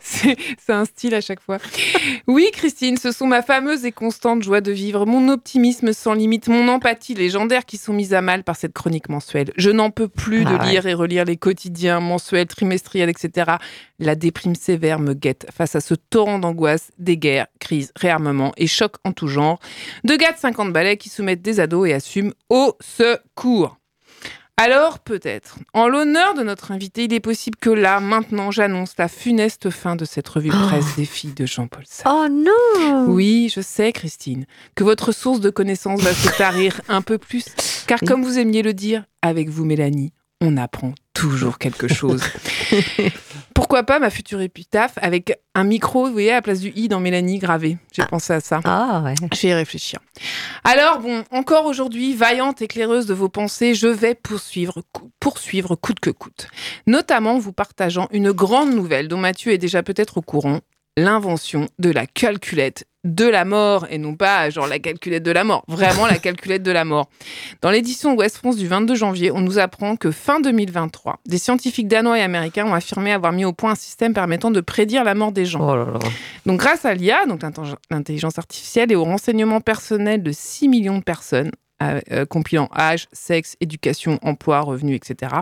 C'est c'est un style à chaque fois. Oui, Christine, ce sont ma fameuse et constante joie de vivre, mon optimisme sans limite, mon empathie légendaire qui sont mises à mal par cette chronique mensuelle. Je n'en peux plus Ah de ouais. lire et relire les quotidiens, mensuels, trimestriels, etc. La déprime sévère me guette face à ce torrent d'angoisse, des guerres, crises, réarmements et chocs en tout genre. Deux gars de 50 balais qui soumettent des ados et assument au secours. Alors peut-être, en l'honneur de notre invité, il est possible que là, maintenant, j'annonce la funeste fin de cette revue de presse des filles de Jean-Paul Sartre. Oh non Oui, je sais, Christine, que votre source de connaissances va se tarir un peu plus, car Oui. comme vous aimiez le dire, avec vous, Mélanie, on apprend toujours quelque chose. Pourquoi pas ma future épitaphe avec un micro, vous voyez, à la place du i dans Mélanie gravé. J'ai pensé à ça. Ah ouais. Je vais y réfléchir. hein. Alors, bon, encore aujourd'hui, vaillante éclaireuse de vos pensées, je vais poursuivre, cou- poursuivre coûte que coûte. Notamment vous partageant une grande nouvelle dont Mathieu est déjà peut-être au courant l'invention de la calculette de la mort et non pas genre la calculette de la mort, vraiment la calculette de la mort. Dans l'édition Ouest France du 22 janvier, on nous apprend que fin 2023, des scientifiques danois et américains ont affirmé avoir mis au point un système permettant de prédire la mort des gens. Oh là là. Donc grâce à l'IA, donc l'intellig- l'intelligence artificielle et au renseignement personnel de 6 millions de personnes, euh, euh, compilant âge, sexe, éducation, emploi, revenus, etc.,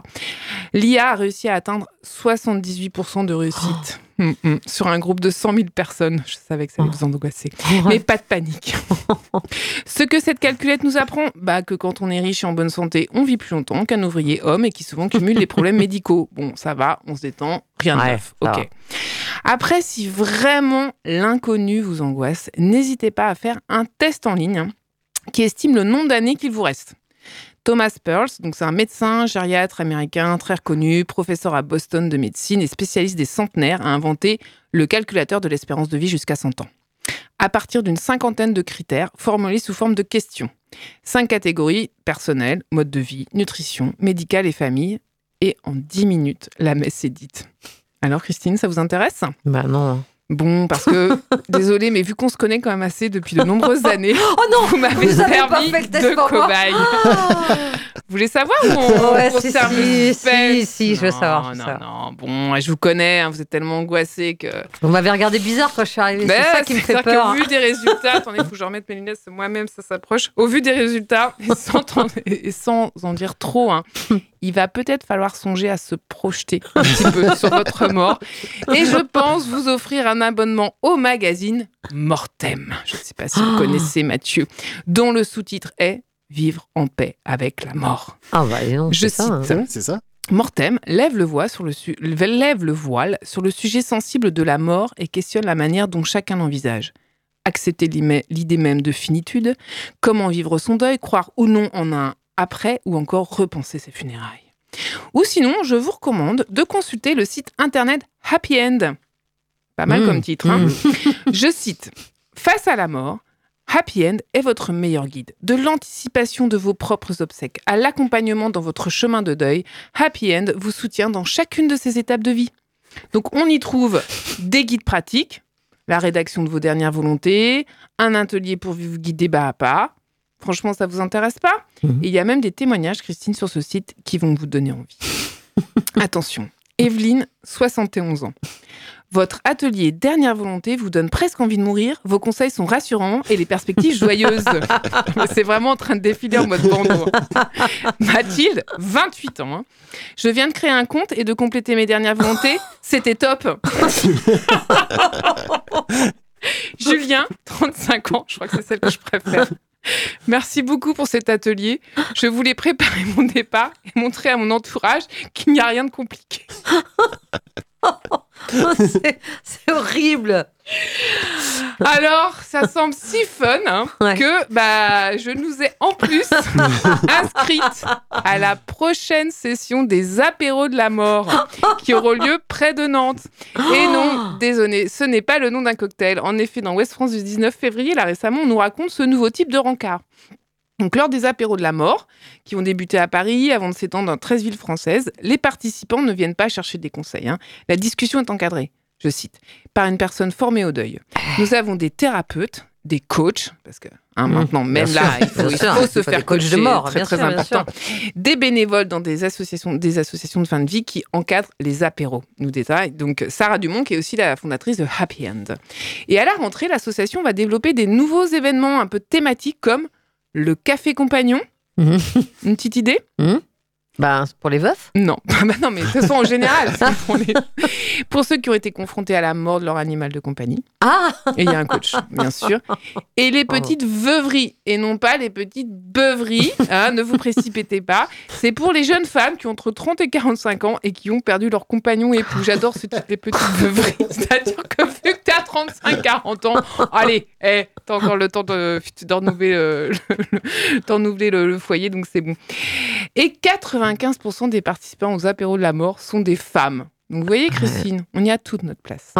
l'IA a réussi à atteindre 78% de réussite Oh. Hum, hum. sur un groupe de 100 000 personnes. Je savais que ça allait vous angoisser. Mais pas de panique. Ce que cette calculette nous apprend, bah, que quand on est riche et en bonne santé, on vit plus longtemps qu'un ouvrier homme et qui souvent cumule des problèmes médicaux. Bon, ça va, on se détend, rien de Ouais, neuf. ça Ok. Après, si vraiment l'inconnu vous angoisse, n'hésitez pas à faire un test en ligne hein, qui estime le nombre d'années qu'il vous reste. Thomas Pearls, donc c'est un médecin gériatre américain très reconnu, professeur à Boston de médecine et spécialiste des centenaires, a inventé le calculateur de l'espérance de vie jusqu'à 100 ans. À partir d'une cinquantaine de critères formulés sous forme de questions. Cinq catégories personnel, mode de vie, nutrition, médical et famille. Et en 10 minutes, la messe est dite. Alors, Christine, ça vous intéresse Bah non. Bon, parce que, désolé, mais vu qu'on se connaît quand même assez depuis de nombreuses années, Oh non vous m'avez Vous avez pas servi fait le test de pour moi. cobaye. Ah Vous voulez savoir ou on, Oh, Ouais, on si, serve si, le si, suspense si, je veux Non, savoir, je veux Non, savoir. non, bon, je vous connais, hein, vous êtes tellement angoissé que. Vous m'avez regardé bizarre quand je suis arrivée. Ben, c'est ça qui me c'est-à-dire fait qu'au peur. vu des résultats, attendez, faut que je remette mes lunettes, c'est moi-même, ça s'approche. Au vu des résultats, et sans, t'en- et sans en dire trop, hein, il va peut-être falloir songer à se projeter un petit peu sur votre mort. Et je pense vous offrir un abonnement au magazine Mortem. Je ne sais pas si vous Oh. connaissez Mathieu, dont le sous-titre est Vivre en paix avec la mort. Ah bah non, Je c'est cite. ça. hein. C'est ça Mortem lève le, voile sur le su- lève le voile sur le sujet sensible de la mort et questionne la manière dont chacun l'envisage. Accepter l'im- l'idée même de finitude, comment vivre son deuil, croire ou non en un après ou encore repenser ses funérailles. Ou sinon, je vous recommande de consulter le site internet Happy End. Pas mal Mmh, comme titre. hein. mmh. Je cite Face à la mort, Happy End est votre meilleur guide. De l'anticipation de vos propres obsèques à l'accompagnement dans votre chemin de deuil, Happy End vous soutient dans chacune de ces étapes de vie. Donc on y trouve des guides pratiques, la rédaction de vos dernières volontés, un atelier pour vous guider bas à pas. Franchement, ça vous intéresse pas Mhm. Et Il y a même des témoignages, Christine, sur ce site qui vont vous donner envie. Attention, Evelyne, 71 ans. Votre atelier Dernière Volonté vous donne presque envie de mourir. Vos conseils sont rassurants et les perspectives joyeuses. Mais C'est vraiment en train de défiler en mode bandeau. Mathilde, 28 ans. hein. Je viens de créer un compte et de compléter mes dernières volontés. C'était top. Julien, 35 ans. Je crois que c'est celle que je préfère. Merci beaucoup pour cet atelier. Je voulais préparer mon départ et montrer à mon entourage qu'il n'y a rien de compliqué. hein. c'est c'est horrible. Alors, ça semble si fun hein, Ouais. que bah, je nous ai en plus inscrite à la prochaine session des apéros de la mort qui aura lieu près de Nantes. Et non, désolé, ce n'est pas le nom d'un cocktail. En effet, dans Ouest France du 19 février, là récemment, on nous raconte ce nouveau type de rencard. Donc, lors des apéros de la mort, qui ont débuté à Paris avant de s'étendre dans 13 villes françaises, les participants ne viennent pas chercher des conseils. hein. La discussion est encadrée, je cite, par une personne formée au deuil. Nous avons des thérapeutes des coachs, parce que hein, Mmh, maintenant, même bien là, sûr, il faut, bien il sûr, faut il se faut des faire coachs de coacher, mort, très, bien très sûr, bien important. Des bénévoles dans des associations, des associations de fin de vie qui encadrent les apéros, nous détaille. Donc, Sarah Dumont, qui est aussi la fondatrice de Happy End. Et à la rentrée, l'association va développer des nouveaux événements un peu thématiques comme le café compagnon. Mhm. Une petite idée Ben, c'est pour les veufs non, Bah non, mais de toute façon, en général, c'est pour, les- pour ceux qui ont été confrontés à la mort de leur animal de compagnie. Ah Et il y a un coach, bien sûr. Et les Bravo. petites veuveries, et non pas les petites beuveries, hein, ne vous précipitez pas. C'est pour les jeunes femmes qui ont entre 30 et 45 ans et qui ont perdu leur compagnon et époux. J'adore ce type des petites veuveries. C'est-à-dire que vu que t'as 35-40 ans, allez, eh, t'as encore le temps de, d'en renouveler, euh, le- le- d'en renouveler le- le foyer, donc c'est bon. Et 95% des participants aux apéros de la mort sont des femmes. Donc vous voyez, Christine, on y a toute notre place.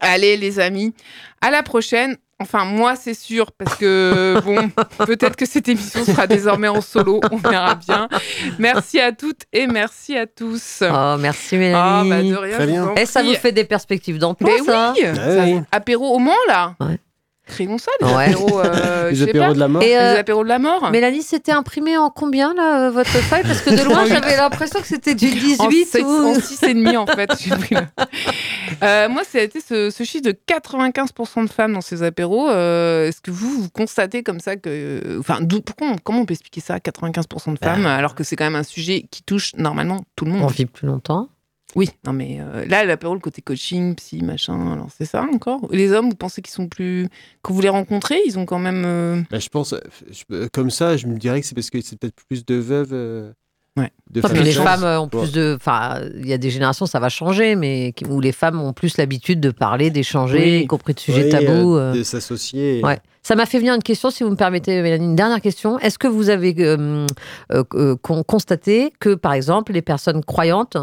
Allez, les amis, à la prochaine. Enfin, moi, c'est sûr, parce que, bon, peut-être que cette émission sera désormais en solo, on verra bien. Merci à toutes et merci à tous. Oh, merci Ah, Mélanie. bah, de rien. Très je bien. vous en Et Eh, ça vous prie. fait des perspectives d'emploi, Mais ça oui ça- Ben oui. Apéro au Mans, là Ben Ouais. Créons ça, les Ouais. apéros, euh, je sais Les pas, apéros de la mort. Et, euh, les apéros de la mort Mélanie, c'était imprimé en combien, là, euh, votre feuille Parce que de loin, j'avais l'impression que c'était du 18 en six- en ou... six et demi en fait. j'ai pris le- Euh, moi, ça a été ce, ce chiffre de 95% de femmes dans ces apéros. Euh, Est-ce que vous, vous constatez comme ça que. Enfin, d'où- pourquoi on- comment on peut expliquer ça, 95% de femmes, Bah. alors que c'est quand même un sujet qui touche normalement tout le On monde vit plus longtemps. Oui, non mais euh, là, l'apéro, le côté coaching, psy, machin, alors c'est ça encore Les hommes, vous pensez qu'ils sont plus. Quand vous les rencontrez, ils ont quand même. euh, Bah, je pense, euh, je- euh, comme ça, je me dirais que c'est parce que c'est peut-être plus de veuves. euh, Ouais. De Enfin, puis femmes les trans. femmes euh, ont plus Ouais. de. Enfin, il y a des générations, ça va changer, mais qui- où les femmes ont plus l'habitude de parler, d'échanger, Oui. y compris de sujets Oui, tabous. euh, euh. De s'associer. Ouais. Ça m'a fait venir une question, si vous me permettez, Mélanie, une dernière question. Est-ce que vous avez euh, euh, euh, con- constaté que, par exemple, les personnes croyantes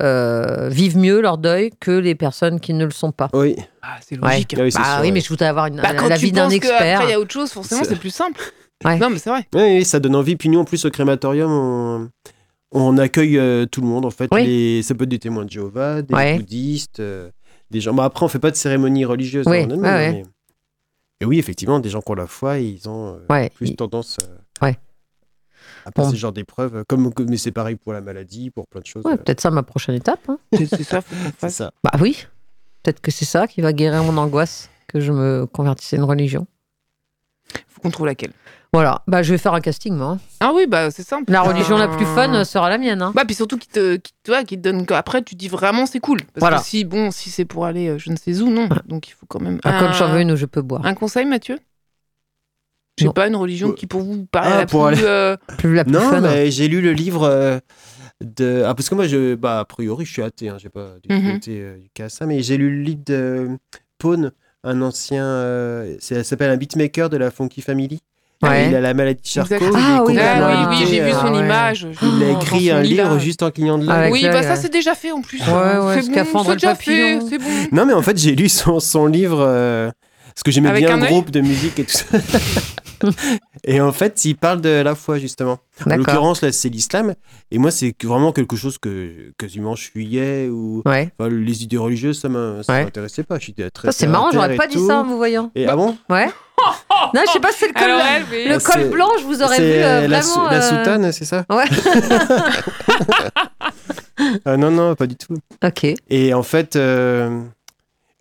euh, vivent mieux leur deuil que les personnes qui ne le sont pas Oui, Ah, c'est Ouais. logique. Ah oui, c'est Bah sûr, oui, ouais. mais je voudrais avoir une, Bah, quand tu l'avis d'un penses qu'après, expert. il y a autre chose, forcément, C'est- c'est plus simple. Ouais. Non, mais c'est vrai. Oui, oui, ça donne envie. Puis nous, en plus, au crématorium, on, on accueille euh, tout le monde. En fait, Oui. Les- ça peut être des témoins de Jéhovah, des Ouais. bouddhistes, euh, des gens. Bah, après, on fait pas de cérémonie religieuse. Oui, hein, non, non, ouais, ouais. mais- Et oui, effectivement, des gens qui ont la foi, ils ont euh, Ouais, plus il- tendance euh, Mm. Ouais. à passer Bon. ce genre d'épreuve. euh, Comme, comme- mais c'est pareil pour la maladie, pour plein de choses. ouais, euh, peut-être ça ma prochaine étape. hein. C'est c'est ça, faut qu'on c'est fasse. ça. Bah oui, peut-être que c'est ça qui va guérir mon angoisse que je me convertisse à une religion. Faut qu'on trouve laquelle. Voilà, bah je vais faire un casting moi. Ah oui, bah c'est simple. La religion la plus fun euh, Euh, sera la mienne. hein. Bah, puis surtout, qui te, qui, tu vois, qui te donne. Après, tu dis vraiment, c'est cool. Parce Voilà. que si, bon, si c'est pour aller euh, je ne sais où, non. Donc, il faut quand même. Ah, Comme j'en veux une où je peux boire. Un conseil, Mathieu Je sais Non. pas, une religion Euh, qui, pour vous, paraît ah, la pour plus, aller- euh, Plus la plus Non, fun. hein. mais j'ai lu le livre euh, de. Ah, parce que moi, je, bah, a priori, je suis athée. Hein, j'ai pas du tout Mm-hmm. Mhm. été euh, du cas à ça, mais j'ai lu le livre de Pone, un ancien. euh, c'est- ça s'appelle un beatmaker de la Funky Family. Ouais. Il a la maladie de Charcot. Exact. il est Ah oui, complètement Ah oui, oui, alité, j'ai vu euh, son Ah ouais. image. J'ai- Il a dans écrit son un lit, là. livre juste en clignant de l'œil. Avec Oui, l'œil, bah ça, ouais. c'est déjà fait en plus. hein. Ouais, ouais, c'est bon, Scaphandre c'est et le déjà fait, papillon. c'est bon. Non, mais en fait, j'ai lu son, son livre euh, parce que j'aimais Avec bien un le œil groupe de musique et tout ça. et en fait, il parle de la foi, justement. En D'accord. l'occurrence, là, c'est l'islam. Et moi, c'est que- vraiment quelque chose que quasiment je fuyais ou Ouais. enfin, les idées religieuses, ça m'a- ça Ouais. m'intéressait pas. J'étais très. Ça, c'est terre à marrant, terre j'aurais et pas dit tout. ça en vous voyant. Et ah bon Ouais. non, je sais pas si c'est le col, Alors, elle, oui. le Ah, col c'est- blanc, je vous aurais C'est, vu euh, euh, la, sou- vraiment. la euh, soutane, c'est ça Ouais. Ah Non, non, pas du tout. Ok. Et en fait, euh,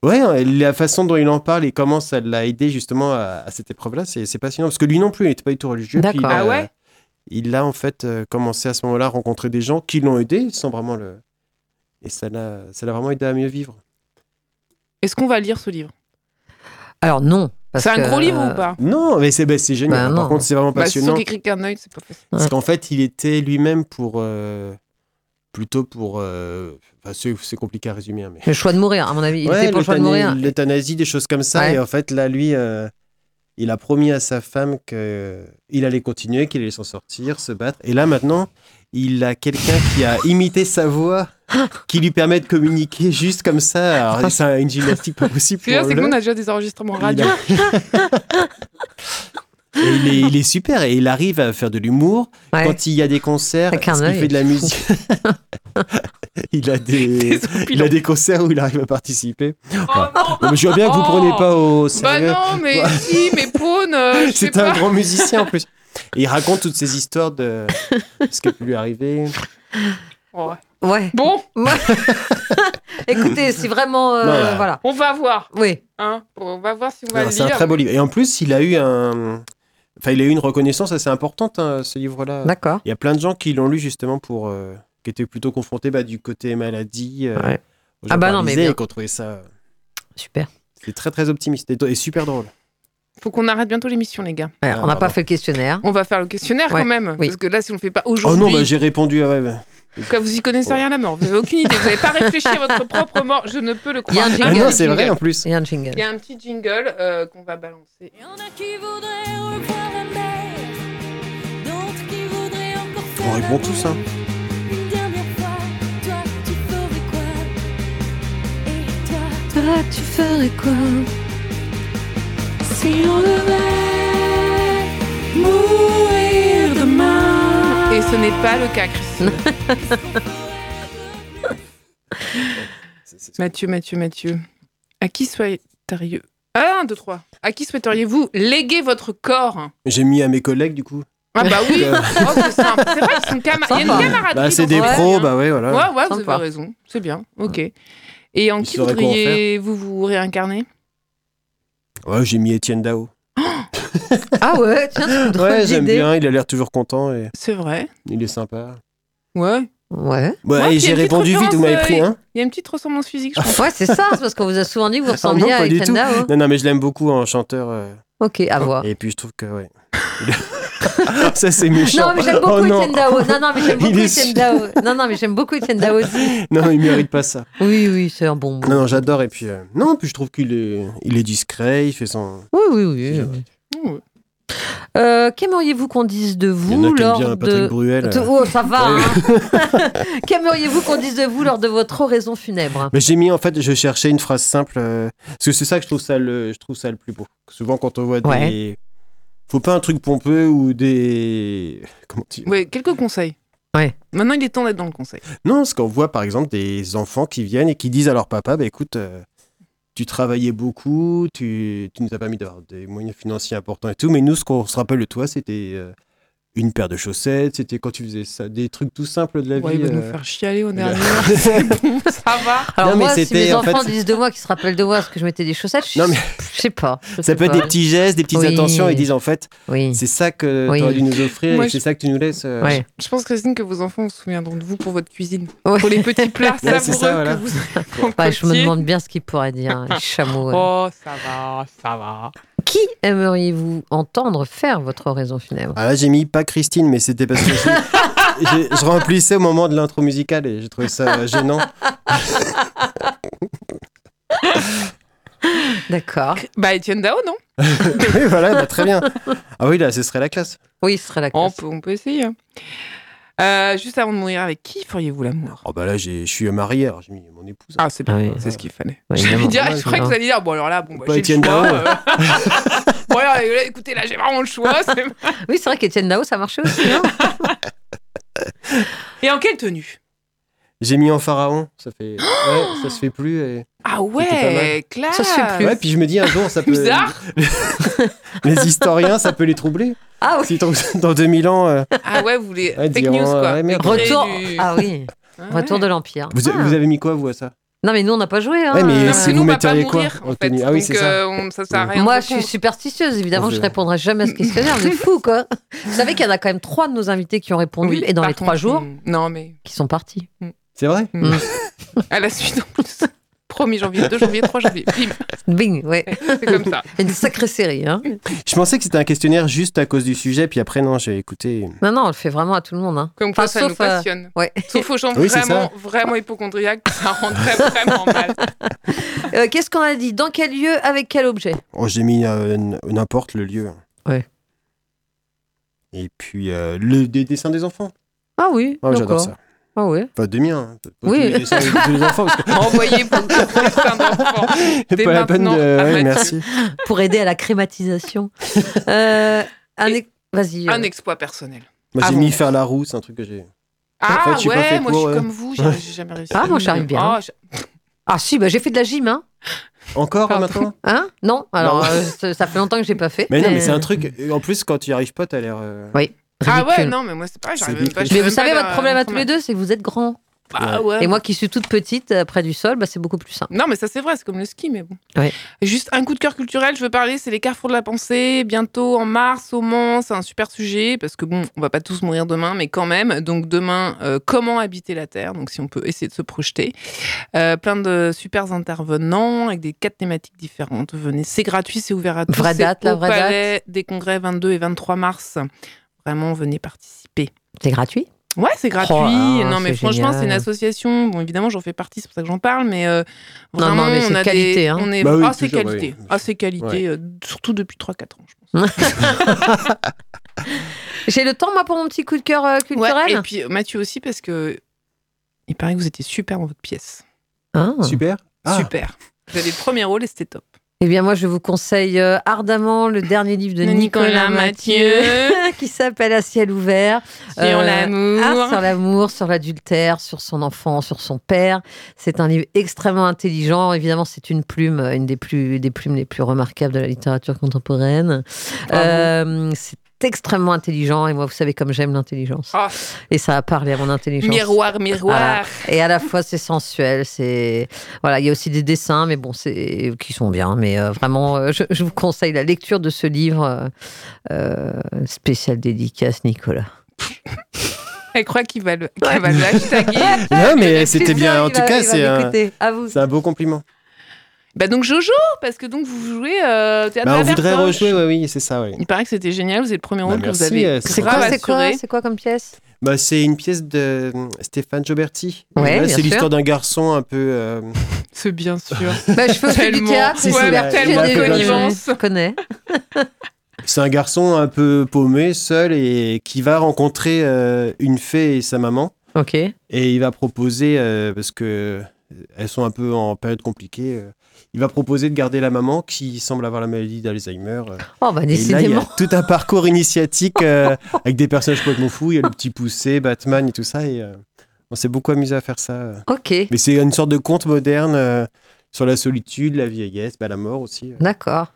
ouais, hein, la façon dont il en parle et comment ça l'a aidé justement à, à cette épreuve-là, c'est c'est passionnant. Parce que lui non plus, il n'était pas du tout religieux. puis il D'accord. a- Ah ouais Il a en fait euh, commencé à ce moment-là à rencontrer des gens qui l'ont aidé sans vraiment le. Et ça l'a ça l'a vraiment aidé à mieux vivre. Est-ce qu'on va lire ce livre Alors non. parce C'est un que, gros livre euh, ou pas Non, mais c'est bah, c'est génial. Bah, non. Par contre, c'est vraiment Bah, c'est sûr passionnant. qu'écrit qu'un œil, c'est pas facile. Parce qu'en fait, il était lui-même pour. euh, plutôt pour. euh, enfin, c'est c'est compliqué à résumer, hein, mais. Le choix de mourir, à mon avis. Il Ouais, était pour le choix de l'euthana- mourir. l'euthanasie, des choses comme ça. Ouais. Et en fait, là, lui, euh, il a promis à sa femme qu'il allait continuer, qu'il allait s'en sortir, se battre. Et là, maintenant, il a quelqu'un qui a imité sa voix, qui lui permet de communiquer juste comme ça. Ah. Alors, c'est une gymnastique pas possible. Ce qui est bien, pour c'est le- qu'on a déjà des enregistrements radio. Il, a- Et il est, il est super et il arrive à faire de l'humour. Ouais. Quand il y a des concerts, Avec un parce qu'il œil. fait de la musique. il a des, Des opulents. il a des concerts où il arrive à participer. Oh non, Non, mais je vois bien que vous Oh prenez pas au bah sérieux. non, mais si, mais Paune, euh, je sais C'est un pas. grand musicien en plus. Et il raconte toutes ces histoires de ce qui a pu lui arriver. Oh, Ouais. Ouais. Bon, Écoutez, c'est vraiment. euh, Voilà. Voilà. on va voir. Oui. Hein. On va voir si on va Alors, le C'est un lire. très beau livre. Et en plus, il a eu un, enfin, il a eu une reconnaissance assez importante hein, ce livre-là. D'accord. Il y a plein de gens qui l'ont lu justement pour, euh, qui étaient plutôt confrontés bah, du côté maladie. euh, Ouais. aux Ah gens bah qui non, mais lisaient bien. et qui ont trouvé ça. Super. C'est très très optimiste et, et super drôle. Faut qu'on arrête bientôt l'émission, les gars. Ouais, Ah, on n'a pas pardon. fait le questionnaire. On va faire le questionnaire Ouais, quand même. oui. Parce que là, si on le fait pas Oh aujourd'hui, non, bah, j'ai répondu. ah ouais, bah. que vous y connaissez rien à la mort. Vous n'avez aucune idée. Vous n'avez pas réfléchi à votre propre mort. Je ne peux le Il y a croire. un Ah jingle. non, c'est vrai en plus. C'est un Il y jingle. a un petit jingle euh, qu'on va balancer. Il y en a qui voudraient revoir la mer, d'autres qui voudraient encore faire On répond l'amour. tous, hein. Une dernière fois, toi tu ferais quoi Et toi, Toi, tu ferais quoi si on devait mourir demain Et ce n'est pas le cas, Christine. Mathieu, Mathieu, Mathieu. À qui souhaiteriez-vous. Ah, un, deux, trois. À qui souhaiteriez-vous léguer votre corps J'ai mis à mes collègues du coup. Ah, bah oui. Euh. Oh, c'est simple. C'est vrai, ils sont cama- il y a Sympa. une camaraderie. Bah, c'est dans des ce pros, truc, hein. bah ouais, voilà. Ouais, ouais, vous Sympa. avez raison. C'est bien. Ok. Et en Ils qui sauraient quoi en faire. voudriez-vous vous réincarner Ouais, j'ai mis Étienne Dao. Ah ouais, tiens, c'est une drôle Ouais, j'aime d'idée. bien, il a l'air toujours content et C'est vrai. il est sympa. Ouais. Ouais. Ouais, Ouais, et puis il y a j'ai une petite répondu vite, vous m'avez référence, pris euh, hein Il y a une petite ressemblance physique, je pense. Ouais, c'est ça, c'est parce qu'on vous a souvent dit que vous Ah ressembliez non, à pas du Ethan tout. Dao. hein. Non, non, mais je l'aime beaucoup en chanteur. euh, Ok, à voir. Et puis je trouve que, ouais. Il- Ça, c'est méchant. Non, mais j'aime beaucoup Oh, non. Etienne Dao. Non, non, mais j'aime Il beaucoup est Etienne su- Dao. Non, non, mais j'aime beaucoup Etienne Dao aussi. Non, il mérite pas ça. Oui, oui, c'est un bon Non, bout. non, j'adore. Et puis, euh, non, puis je trouve qu'il est, il est discret, il fait son. Oui, oui, oui. oui. Mmh. Euh, Qu'aimeriez-vous qu'on dise de Il y en vous a qui aiment lors bien Patrick de. Bruel. euh. Oh, ça va. hein. Qu'aimeriez-vous qu'on dise de vous lors de votre oraison funèbre euh. Mais j'ai mis en fait, je cherchais une phrase simple euh, parce que c'est ça que je trouve ça le, je trouve ça le plus beau. Souvent quand on voit des, Ouais. faut pas un truc pompeux ou des, comment dire Ouais, quelques conseils. Ouais. Maintenant, il est temps d'être dans le conseil. Non, ce qu'on voit par exemple des enfants qui viennent et qui disent à leur papa, bah écoute, euh, tu travaillais beaucoup, tu, tu nous as permis d'avoir des moyens financiers importants et tout, mais nous ce qu'on se rappelle de toi, c'était euh, une paire de chaussettes, c'était quand tu faisais ça, des trucs tout simples de la Ouais, vie. il va nous euh. faire chialer au le- dernier. C'est bon, ça va. Alors Non, mais moi, si c'était, mes en fait, enfants disent de moi, qui se rappellent de moi, ce que je mettais des chaussettes, je Non, mais- je sais pas. Je Ça sais peut être pas. des petits gestes, des petites Oui. attentions. Ils disent en fait, Oui. c'est ça que Oui. tu aurais dû nous offrir Moi, et c'est ça que tu nous laisses. euh, Ouais. Je pense, Christine, que vos enfants se souviendront de vous pour votre cuisine. Ouais. Pour les petits plats Ouais, savoureux c'est ça, voilà. que vous Ouais, je me concoctiez. demande bien ce qu'il pourrait dire, les chameaux. ouais. Oh, ça va, ça va. Qui aimeriez-vous entendre faire votre oraison funèbre Ah là, j'ai mis pas Christine, mais c'était parce que je, j'ai- je remplissais au moment de l'intro musicale et j'ai trouvé ça euh, gênant. D'accord. Bah, Etienne Dao, non Oui, voilà, bah, très bien. Ah oui, là, ce serait la classe. Oui, ce serait la on classe. peut, on peut essayer. hein. Euh, juste avant de mourir, avec qui feriez-vous l'amour Oh bah là, j'ai- je suis marié, alors j'ai mis mon épouse. hein. Ah, c'est bien, Ah oui. c'est ce qu'il fallait. Ouais, je évidemment. lui dirais, je Ouais, croyais que c'est vous alliez dire, bon alors là, bon, bah, Pas j'ai Étienne le choix. Dao. euh. bon alors, là, écoutez, là, j'ai vraiment le choix. c'est- Oui, c'est vrai qu'Étienne Dao, ça marchait aussi. non Et en quelle tenue J'ai mis en pharaon, ça fait, ouais, ça se fait plus. Et... Ah C'était pas ouais, classe Ça se fait plus. Ouais, puis euh, je me dis un jour, ça peut. Ah, Bizarre. Les historiens, ça peut les troubler. Ah oui. Si dans, dans 2000 ans, euh, Ah ouais, vous voulez fake Ouais, diront, news quoi. euh, ouais, merde. Fake Retour. news. Ah oui. Ah ouais. Retour de l'Empire. vous, Ah. vous avez mis quoi vous à ça Non, mais nous, on n'a pas joué. hein. Ouais, mais Non, Et mais si nous, vous on va pas metteriez quoi, mourir, en Anthony fait. Ah oui, Donc, c'est ça. euh, on- ça sert à rien. Moi, de je suis répondre. superstitieuse, évidemment, On je verra. répondrai jamais à ce questionnaire. Vous êtes fous, quoi. Vous savez qu'il y en a quand même trois de nos invités qui ont répondu, Oui, et dans par les trois contre, jours, mm, Non, mais qui sont partis. C'est vrai Mm. Mm. à la suite en plus. 1er janvier, 2 janvier, 3 janvier. Bim, Bing, ouais. c'est comme ça. Une sacrée série, hein. Je pensais que c'était un questionnaire juste à cause du sujet, puis après, non, j'ai écouté. Non, non, on le fait vraiment à tout le monde, hein. Comme quoi, Enfin, ça nous sauf, euh, passionne. ouais. Sauf aux gens Oui, c'est vraiment, vraiment hypochondriaques, ça rendrait vraiment mal. Euh, Qu'est-ce qu'on a dit Dans quel lieu Avec quel objet Oh, j'ai mis euh, n- n'importe le lieu. Ouais. Et puis, euh, le, des dessins des enfants. Ah oui, Oh, j'adore d'accord. ça. Ah oui. Enfin, des miens. hein. Pas tous Oui. les dessins de tous les enfants, parce que Envoyez pour plein d'enfants. Dès c'est pas la peine de. maintenant, à Mathieu. ouais, merci. Pour aider à la crématisation. Euh, un Et- ex- Vas-y. euh, Un exploit personnel. Moi, Ah j'ai bon. mis faire la roue, c'est un truc que j'ai. Ah fait, j'ai pas ouais, fait moi cours, je euh. suis comme vous, j'ai j'ai jamais réussi. Ah, moi, j'arrive bien. Oh, je- Ah si, bah, j'ai fait de la gym, hein Encore Pardon. maintenant Hein Non Alors, Non. euh, ça- ça fait longtemps que j'ai pas fait. Mais non, mais c'est un truc. euh, En plus, quand tu y arrives pas, t'as l'air. euh, Ouais. Ah ouais, Ridicule. non, mais moi c'est pas, j'arrive C'est même pas. ridicule. je fais Mais même vous savez, pas votre la- problème à tous comment- les deux, c'est que vous êtes grand. Ah ouais. Et moi qui suis toute petite, euh, près du sol, bah, c'est beaucoup plus simple. Non, mais ça c'est vrai, c'est comme le ski, mais bon. Ouais. Juste un coup de cœur culturel, je veux parler, c'est les carrefours de la pensée, bientôt en mars au Mans, c'est un super sujet, parce que bon, on va pas tous mourir demain, mais quand même, donc demain, euh, comment habiter la Terre, donc si on peut essayer de se projeter. Euh, plein de super intervenants avec des quatre thématiques différentes, venez, c'est gratuit, c'est ouvert à tous. Vraie c'est date, la au vraie date. Palais des congrès 22 et 23 mars, vraiment, venez participer. C'est gratuit Ouais, c'est gratuit. Oh là là, non, mais c'est franchement, génial. c'est une association. Bon, évidemment, j'en fais partie, c'est pour ça que j'en parle, mais euh, Non, vraiment, non, mais c'est on a qualité, des. hein. On est... Bah oui, ah, c'est toujours, qualité. oui. Ah, c'est qualité, Ouais. euh, surtout depuis 3-4 ans, je pense. J'ai le temps, moi, pour mon petit coup de cœur euh, Ouais, culturel et puis euh, Mathieu aussi, parce que il paraît que vous étiez super dans votre pièce. Ah. Super. Ah, Super. Vous avez le premier rôle et c'était top. Eh bien, moi, je vous conseille euh, ardemment le dernier livre de De Nicolas, Nicolas Mathieu, Mathieu. qui s'appelle À ciel ouvert. Sur Euh, l'amour. Ah, sur l'amour, sur l'adultère, sur son enfant, sur son père. C'est un livre extrêmement intelligent. Évidemment, c'est une plume, euh, une des, plus, des plumes les plus remarquables de la littérature contemporaine. Bravo. Euh, c'est extrêmement intelligent. Et moi, vous savez comme j'aime l'intelligence. Ah, Et ça a parlé à mon intelligence. miroir, miroir. Et à la fois, c'est sensuel. C'est voilà, il y a aussi des dessins, mais bon, c'est qui sont bien. Mais euh, vraiment, euh, je, je vous conseille la lecture de ce livre euh, euh, spécial dédicace Nicolas. Elle croit qu'il va le, qu'elle va le hashtaguer. Non, mais c'était bien. En Il tout va- cas, il va c'est euh, un, m'écouter. À vous. c'est un beau compliment. bah donc Jojo, parce que donc vous jouez euh, au théâtre Bah, de on la voudrait Bertoche. rejouer, ouais, oui, c'est ça, oui. Il paraît que c'était génial, vous êtes le premier rôle Bah, que vous merci, euh, avez. c'est C'est grave quoi, c'est assuré. quoi, c'est quoi comme pièce Bah, c'est une pièce de euh, Stéphane Gioberti. Ouais, Là, bien c'est sûr. l'histoire d'un garçon un peu. euh, C'est bien sûr. bah, Je fais aussi du Tellement. théâtre. Si, et si, du il a- théâtre, il a j'ai fait des- plein de choses. Je connais. C'est un garçon un peu paumé, seul, et qui va rencontrer euh, une fée et sa maman. Ok. Et il va proposer, euh, parce que euh, elles sont un peu en période compliquée, euh, il va proposer de garder la maman qui semble avoir la maladie d'Alzheimer. euh. Oh, bah, Et là, il y a décidément. tout un parcours initiatique euh, avec des personnages complètement fous. Il y a le petit poussé, Batman et tout ça. Et euh, on s'est beaucoup amusé à faire ça. euh. Ok. Mais c'est une sorte de conte moderne euh, sur la solitude, la vieillesse, bah, la mort aussi. euh. D'accord.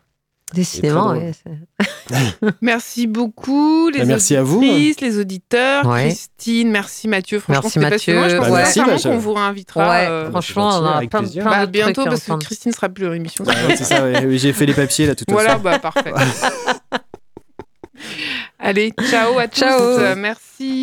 Décidément, drôle. ouais, c'est- Merci beaucoup, les Bah, merci à vous. auditrices, les auditeurs. Ouais. Christine, merci Mathieu. Franchement, Merci c'était Mathieu. passionnant. Je pense Bah, que merci, sincèrement Mathieu. qu'on vous réinvitera ouais, euh, franchement, gentil, on aura avec plein, plaisir. plein bah, de bientôt trucs à parce que entendre. Christine sera plus à l'émission. Ouais, ouais, c'est ça, ouais. Oui, j'ai fait les papiers là tout à voilà, bah parfait. Allez, ciao à tous. Ciao. Euh, Merci.